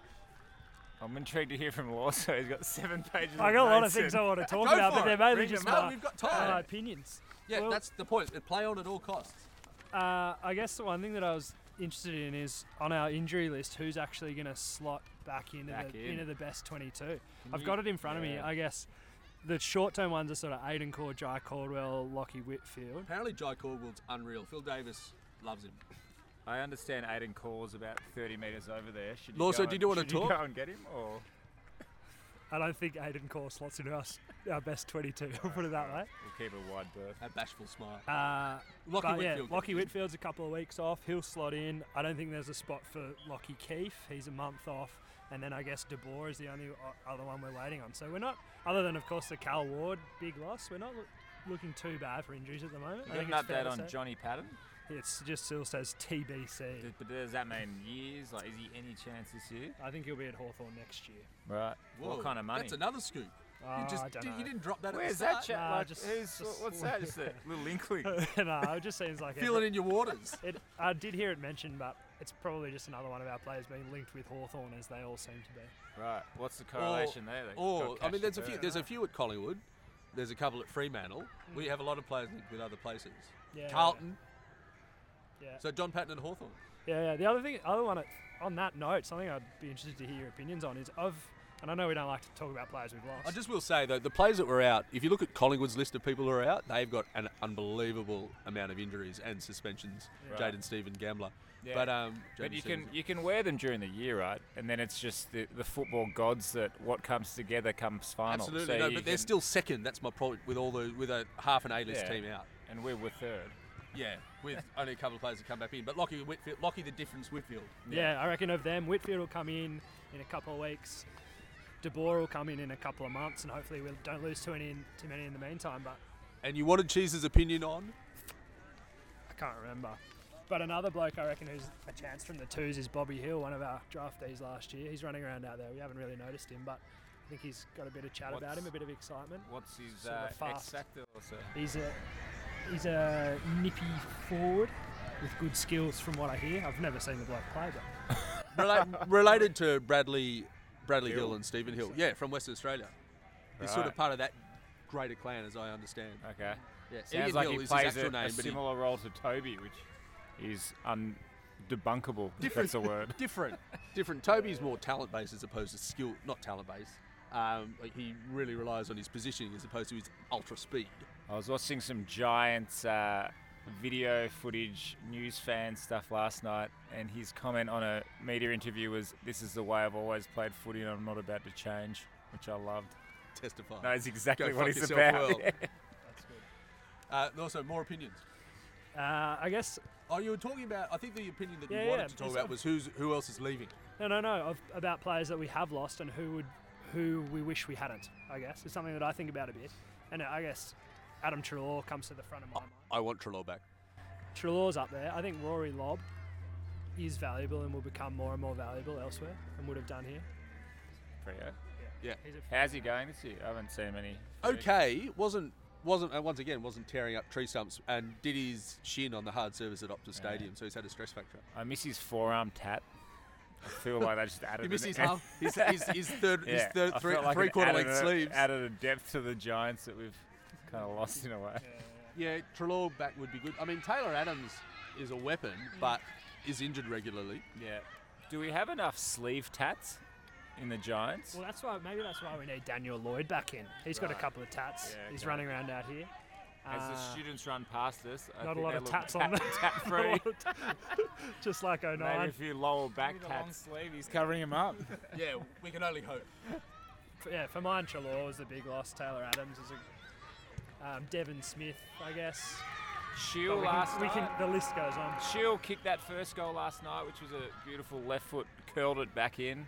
I'm intrigued to hear from Law, so he's got seven pages.
I got a lot of things I want to talk
Go
about,
for
but they're
it.
mainly
Bring
just
them up.
my,
We've got
my
uh,
time.
opinions.
Yeah,
Well-
that's the point. Play on at all costs.
Uh, I guess the one thing that I was interested in is on our injury list, who's actually going to slot back into
Back
the
in.
into the best 22. I've got it in front of me. I guess the short term ones are sort of Aiden Core, Jai Caldwell, Lockie Whitfield.
Apparently, Jai Caldwell's unreal. Phil Davis loves him.
I understand Aiden calls about 30 metres over there. Should you
Law,
go
so
and,
do you wanna
should
talk?
You go and get him, or
I don't think Aiden Core slots into us our best 22. We'll put it that way.
we'll keep a wide berth.
A bashful smile.
Uh,
Lockie
but yeah,
Whitfield.
Lockie Whitfield's a couple of weeks off. He'll slot in. I don't think there's a spot for Lockie Keefe. He's a month off. And then I guess De Boer is the only o- other one we're waiting on. So we're not, other than of course the Cal Ward big loss, we're not loo- looking too bad for injuries at the moment. I
You
think
got
it's
an
fair
update
to
on
say.
Johnny Patton?
It's just still says TBC.
But does that mean years? Like, is he any chance this year?
I think he'll be at Hawthorn next year.
Right.
Whoa,
what kind of money?
That's another scoop.
Oh,
you just
I don't
di-
know.
you didn't drop that.
Where's
at the
that
start.
chat?
Nah,
like,
just-
who's,
just-
what's that? Just a little inkling.
no, uh, it just seems like
Feel it
every-
in your waters.
it, I did hear it mentioned, but it's probably just another one of our players being linked with Hawthorn as they all seem to be.
Right. What's the correlation there? They've
Or
got
I
cash
mean, there's a
to
few.
burn.
There's a few at Collingwood. There's a couple at Fremantle. We have a lot of players linked with other places.
Mm. Yeah,
Carlton.
Yeah.
So John Patton and Hawthorn.
Yeah, yeah. The other thing, other one at- on that note, something I'd be interested to hear your opinions on is of, and I know we don't like to talk about players we've lost.
I just will say though, the players that were out. If you look at Collingwood's list of people who are out, they've got an unbelievable amount of injuries and suspensions.
Right.
Jaden Stephen Gambler.
Yeah.
But um.
But
Jaden
you can
Stephen's-
you can wear them during the year, right? And then it's just the, the football gods that what comes together comes final.
Absolutely
So
no,
you
but they're
can-
still second. That's my point with all the with a half an A-list
Yeah.
team out.
and we were third.
Yeah, with only a couple of players that come back in. But Lockie Whitfield, Lockie the difference Whitfield.
yeah. I reckon of them, Whitfield will come in in a couple of weeks. De Boer will come in in a couple of months, and hopefully we don't lose too many, in, too many in the meantime. But
And you wanted Cheese's opinion on?
I can't remember. But another bloke I reckon who's a chance from the twos is Bobby Hill, one of our draftees last year. He's running around out there. We haven't really noticed him, but I think he's got a bit of chat about
What's-
him, a bit of excitement.
What's his
Sort of
uh,
fast.
X factor? Also?
He's a he's a nippy forward with good skills, from what I hear. I've never seen the bloke play, but
related, related to Bradley, Bradley Hill.
Hill.
and Stephen Hill. Yeah, from Western Australia. He's sort of part of that greater clan, as I understand.
Okay.
Yeah,
Uh, Sounds
Ian
like
Hill
he
is
plays
his
a,
actual
a
name, but he-
similar role to Toby, which is undebunkable. if
Different.
That's a word.
different, different. Toby's more talent based as opposed to skill, not talent based. Um, like, he really relies on his positioning as opposed to his ultra speed.
I was watching some Giants uh, video footage, news fan stuff last night, and his comment on a media interview was, "This is the way I've always played footy, and I'm not about to change," which I loved.
Testify.
That's exactly
Oh, Go
what
fuck
he's
yourself,
about.
Will.
Yeah.
Uh, and also, more opinions.
uh, I guess
Oh, you were talking about. I think the opinion that
Yeah,
you wanted
yeah,
to talk
it's-
about was who's who else is leaving.
no, no, no. Of, about players that we have lost and who would who we wish we hadn't. I guess it's something that I think about a bit, and uh, I guess Adam Trelaw comes to the front of my mind.
I want Trelaw back.
Trelaw's up there. I think Rory Lobb is valuable and will become more and more valuable elsewhere, and would have done here.
Freo.
Yeah.
He's a
How's he going this year? I haven't seen many.
okay, wasn't wasn't and once again wasn't tearing up tree stumps and did his shin on the hard surface at Optus Stadium, so he's had a stress fracture.
I miss his forearm tat. I feel like they just added.
He missed
an-
his half, his, his, his third, his
Yeah,
third
I
three,
felt like it
three quarter
added
length
a-
sleeves.
Added a depth to the Giants that we've kind of lost in a way.
Yeah, Trelaw back would be good. I mean, Taylor Adams is a weapon, but is injured regularly.
Yeah. Do we have enough sleeve tats in the Giants?
Well, that's why maybe that's why we need Daniel Lloyd back in. He's got a couple of tats.
Yeah,
He's
okay.
running around out here.
As the
Uh,
students run past us, I
Not a
think
lot
they
of
look
tats
tap,
on them.
tap free.
Just like
Maybe a
09.
few lower back
With a long
tats.
sleeve, he's covering him up.
yeah, we can only hope.
F- Yeah, for mine, Chalor was the big loss. Taylor Adams is a. Um, Devin Smith, I guess.
Shield
we
last
can, we can,
night.
the list goes on.
Shield kicked that first goal last night, which was a beautiful left foot, curled it back in.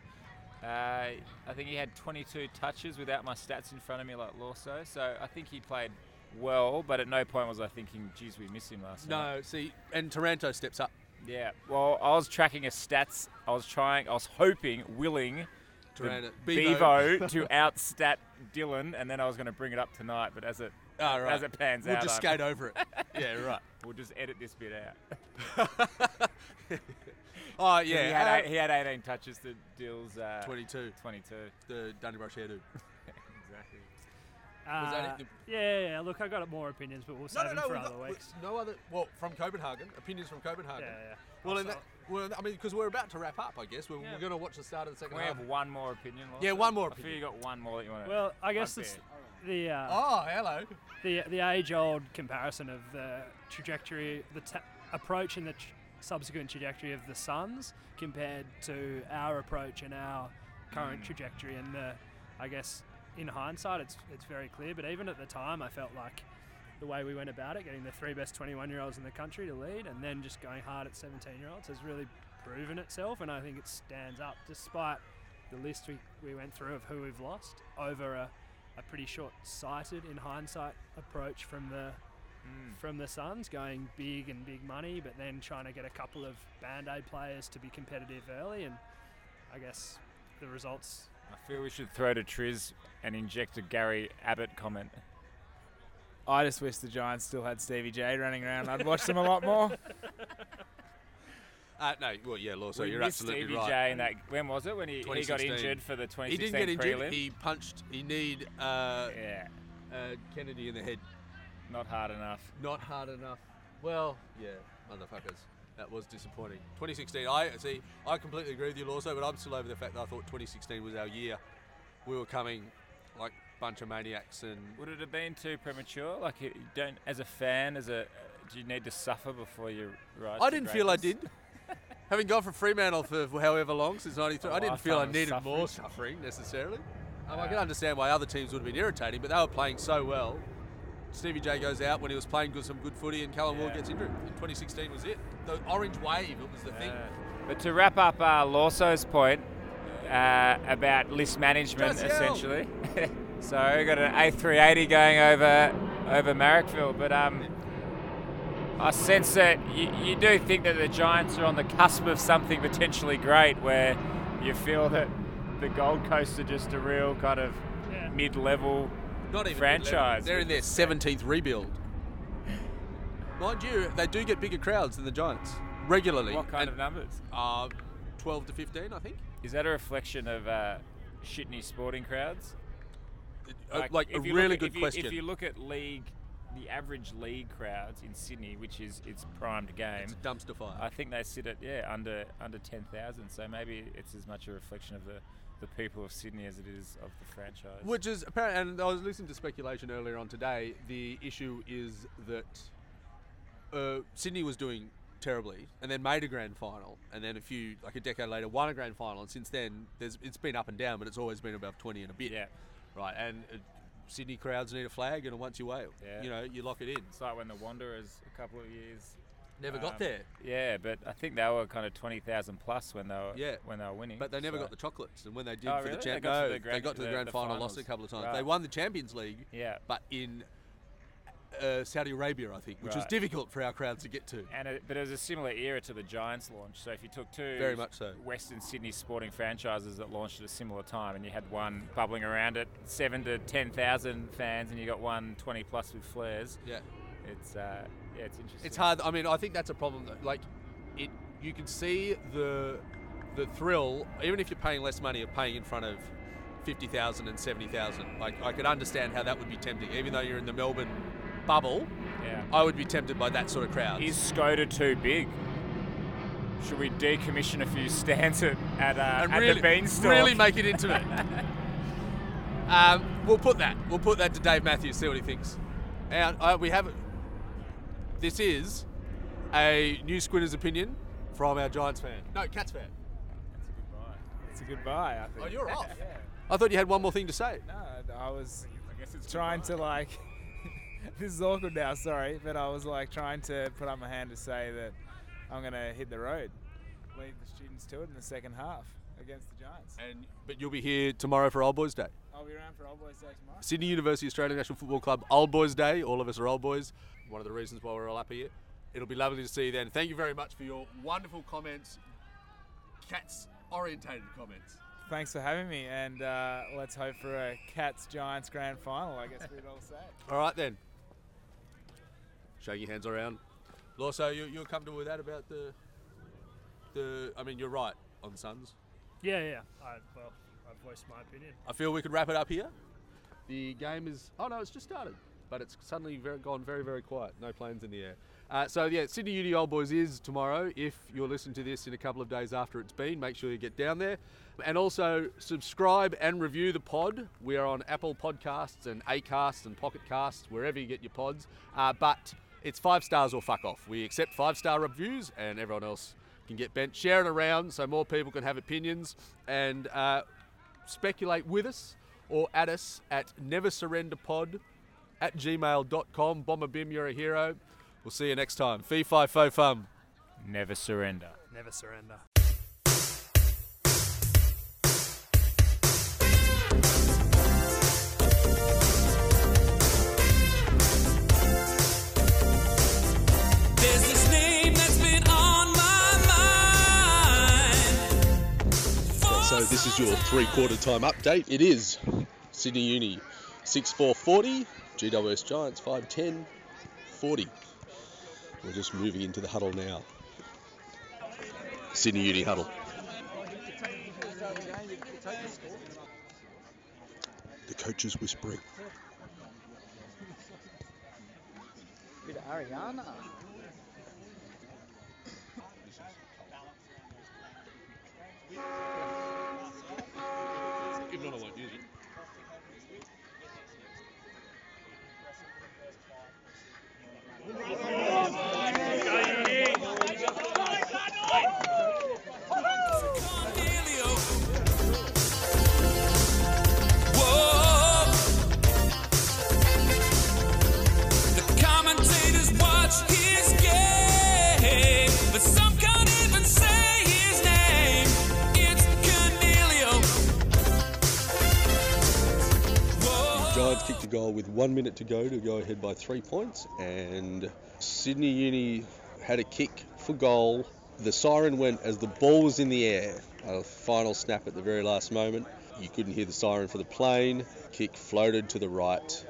Uh, I think he had 22 touches without my stats in front of me, like Lawso. So I think he played well, but at no point was I thinking, geez, we missed him last night.
No, see, and Taranto steps up.
Yeah. Well, I was tracking his stats. I was trying, I was hoping, willing
Taranto.
Bevo to outstat Dylan, and then I was going to bring it up tonight, but as it
Ah, right.
as it pans
We'll
out,
just
I'm-
skate over it. yeah, right.
we'll just edit this bit out.
Oh,
he had,
yeah.
eight, he had 18 touches to Dill's uh,
22,
22.
the Dundee hairdo.
Exactly.
Uh,
that it?
yeah, yeah, yeah, look, I got more opinions, but we'll save them for
we've
other
got- we-
weeks.
no other. Well, from Copenhagen, opinions from Copenhagen.
Yeah, yeah.
Well, and
Also-
that, well, I mean, because we're about to wrap up, I guess. We're,
Yeah.
we're going to watch the start of the second
Can we
half.
have one more opinion? Lawson?
Yeah, one more
I feel you got one more that you want to.
Well, I guess it's the uh,
Oh, hello.
the the age-old comparison of the trajectory, the ta approach, and the tr- subsequent trajectory of the Suns compared to our approach and our current trajectory. And the, I guess in hindsight, it's it's very clear. But even at the time, I felt like the way we went about it, getting the three best 21-year-olds in the country to lead, and then just going hard at 17-year-olds, has really proven itself. And I think it stands up despite the list we, we went through of who we've lost over a, a pretty short-sighted, in hindsight, approach from the
Hmm.
from the Suns, going big and big money, but then trying to get a couple of band-aid players to be competitive early, and I guess the results.
I feel we should throw to Triz and inject a Gary Abbott comment.
I just wish the Giants still had Stevie J running around. I'd watch them a lot more.
Uh, no, well, yeah, Law, so
we
you're
missed
absolutely
Stevie
right.
J in that. When was it? When he, he got
2016.
injured for the 2016
He didn't get injured.
prelim?
He punched. He need uh,
yeah,
uh, Kennedy in the head.
not hard enough.
Not hard enough. Well, yeah, motherfuckers. That was disappointing. 2016. I see. I completely agree with you, Lawso, but I'm still over the fact that I thought 2016 was our year. We were coming like bunch of maniacs, and
Would it have been too premature? Like, you you don't, as a fan, as a, do you need to suffer before you rise?
I
to
didn't feel I
greatness?
did. Having gone for Fremantle for however long since '93,
A
I didn't feel I
lifetime of
needed
suffering.
more suffering necessarily. Um, I can understand why other teams would have been irritating, but they were playing so well. Stevie J goes out when he was playing good, some good footy, and Callum Ward
Yeah.
gets injured. And 2016 was it. The orange wave, it was the thing.
Yeah. But to wrap up uh, Lawso's point uh, about list management,
Just yell.
essentially. so we got an A380 going over over Marrickville, but um, I sense that you, you do think that the Giants are on the cusp of something potentially great, where you feel that the Gold Coast are just a real kind of
Yeah.
mid-level
Not even
franchise.
They're in their 17th rebuild. Mind you, they do get bigger crowds than the Giants regularly.
What kind
and,
of numbers?
Uh, 12 to 15, I think.
Is that a reflection of uh, Shitney sporting crowds?
Uh, Like, a
if you look
really
at-
good
if you-
question.
If you look at league, the average league crowds in Sydney, which is its primed game,
it's a dumpster fire.
I think they sit at yeah under under ten thousand. So maybe it's as much a reflection of the the people of Sydney as it is of the franchise.
Which is apparent, and I was listening to speculation earlier on today. The issue is that uh, Sydney was doing terribly, and then made a grand final, and then a few like a decade later won a grand final, and since then there's it's been up and down, but it's always been above twenty and a bit.
yeah,
right. And uh, Sydney crowds need a flag, and once you wail,
Yeah.
you know you lock it in.
it's like when the Wanderers a couple of years.
Never
um,
got there,
Yeah, but I think they were kind of twenty thousand plus when they were
Yeah.
when they were winning.
but they never
so-
got the chocolates, and when they did
Oh,
for
really?
the
They
champ,
got to
no,
the
they
grand-
got to the,
the-
grand
the
final, lost a
finals.
couple of times.
Right.
They won the Champions League.
Yeah,
but in uh, Saudi Arabia, I think, which was
Right.
difficult for our crowd to get to.
And it, but it was a similar era to the Giants launch. So if you took two
Very much so.
Western Sydney sporting franchises that launched at a similar time, and you had one bubbling around at seven to ten thousand fans, and you got one 20 plus with flares.
Yeah,
It's uh, yeah, it's interesting.
it's hard. I mean, I think that's a problem. Though. Like, it you can see the the thrill, even if you're paying less money, of paying in front of fifty thousand and seventy thousand. Like, I could understand how that would be tempting, even though you're in the Melbourne bubble.
Yeah.
I would be tempted by that sort of crowd.
Is Skoda too big? Should we decommission a few stands at at, uh,
and
at
really,
the beanstalk?
really make it intimate. um, we'll put that. We'll put that to Dave Matthews. See what he thinks. out. Uh, we have. This is a new Squinners opinion from our Giants fan. No, Cats fan.
It's a good buy, I think.
Oh, you're off. I thought you had one more thing to say.
No, I was trying to like. this is awkward now, sorry, but I was like trying to put up my hand to say that I'm gonna hit the road, lead the students to it in the second half against the Giants.
And but you'll be here tomorrow for Old Boys Day.
I'll be around for Old Boys Day tomorrow.
Sydney University Australian National Football Club Old Boys Day. All of us are old boys. One of the reasons why we're all up here. It'll be lovely to see you then. Thank you very much for your wonderful comments, Cats orientated comments.
Thanks for having me, and uh, let's hope for a Cats Giants grand final. I guess we'd all say.
All right then. Shaking hands around. Lawso, you, you're comfortable with that about the the? I mean, you're right on Suns.
Yeah, yeah. I, well, I've voiced my opinion.
I feel we could wrap it up here. The game is. Oh no, it's just started, but it's suddenly very, gone very, very quiet. No planes in the air. Uh, so yeah, Sydney Uni Old Boys is tomorrow. If you're listening to this in a couple of days after it's been, make sure you get down there, and also subscribe and review the pod. We are on Apple Podcasts and Acasts and Pocket Casts, wherever you get your pods. Uh, but it's five stars or fuck off. We accept five star reviews, and everyone else can get bent. Share it around so more people can have opinions and uh, speculate with us or at us at neversurrenderpod at gmail.com. Bomber Bim, you're a hero. We'll see you next time. Fee, fi, fo, fum.
Never surrender.
Never surrender.
There's this name that's been on my mind.
So this is your three-quarter time update. It is Sydney Uni 6440, GWS Giants 510 40. We're just moving into the huddle now. Sydney Uni huddle. The coach is whispering. If not, I won't use it.
Cornelio. Whoa. The commentators watch his game, but some can't even say his name. It's Cornelio. Whoa.
Giants kicked a goal with one minute to go to go ahead by three points, and Sydney Uni had a kick for goal. The siren went as the ball was in the air. A final snap at the very last moment. You couldn't hear the siren for the plane. Kick floated to the right.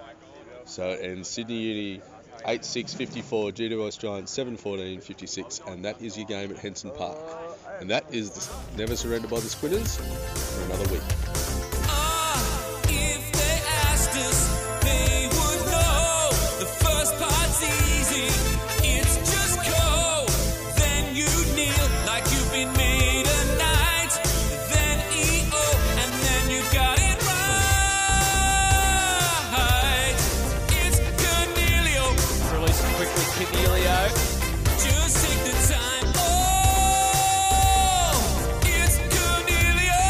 So, and Sydney Uni 8 6 54, GWS Giants 7 14 56, and that is your game at Henson Park. And that is the Never Surrender by the Squinners for another week.
Ah, if they asked us, they would know. The first part's easy, it's just go. Then you kneel like you've been made a knight. Then EO, and then you got it right. It's Cornelio.
Release it quickly, Cornelio.
Just take the time. Oh, it's Cornelio.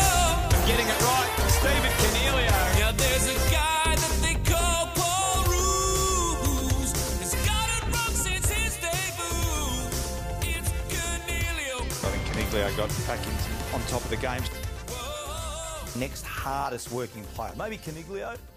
Getting it right, uh, Stephen Cornelio.
Now there's a guy that they call Paul Roos. Has got it wrong since his debut. It's Cornelio.
I think Caniglio got back in on top of the game.
Whoa.
Next hardest working player, maybe Caniglio.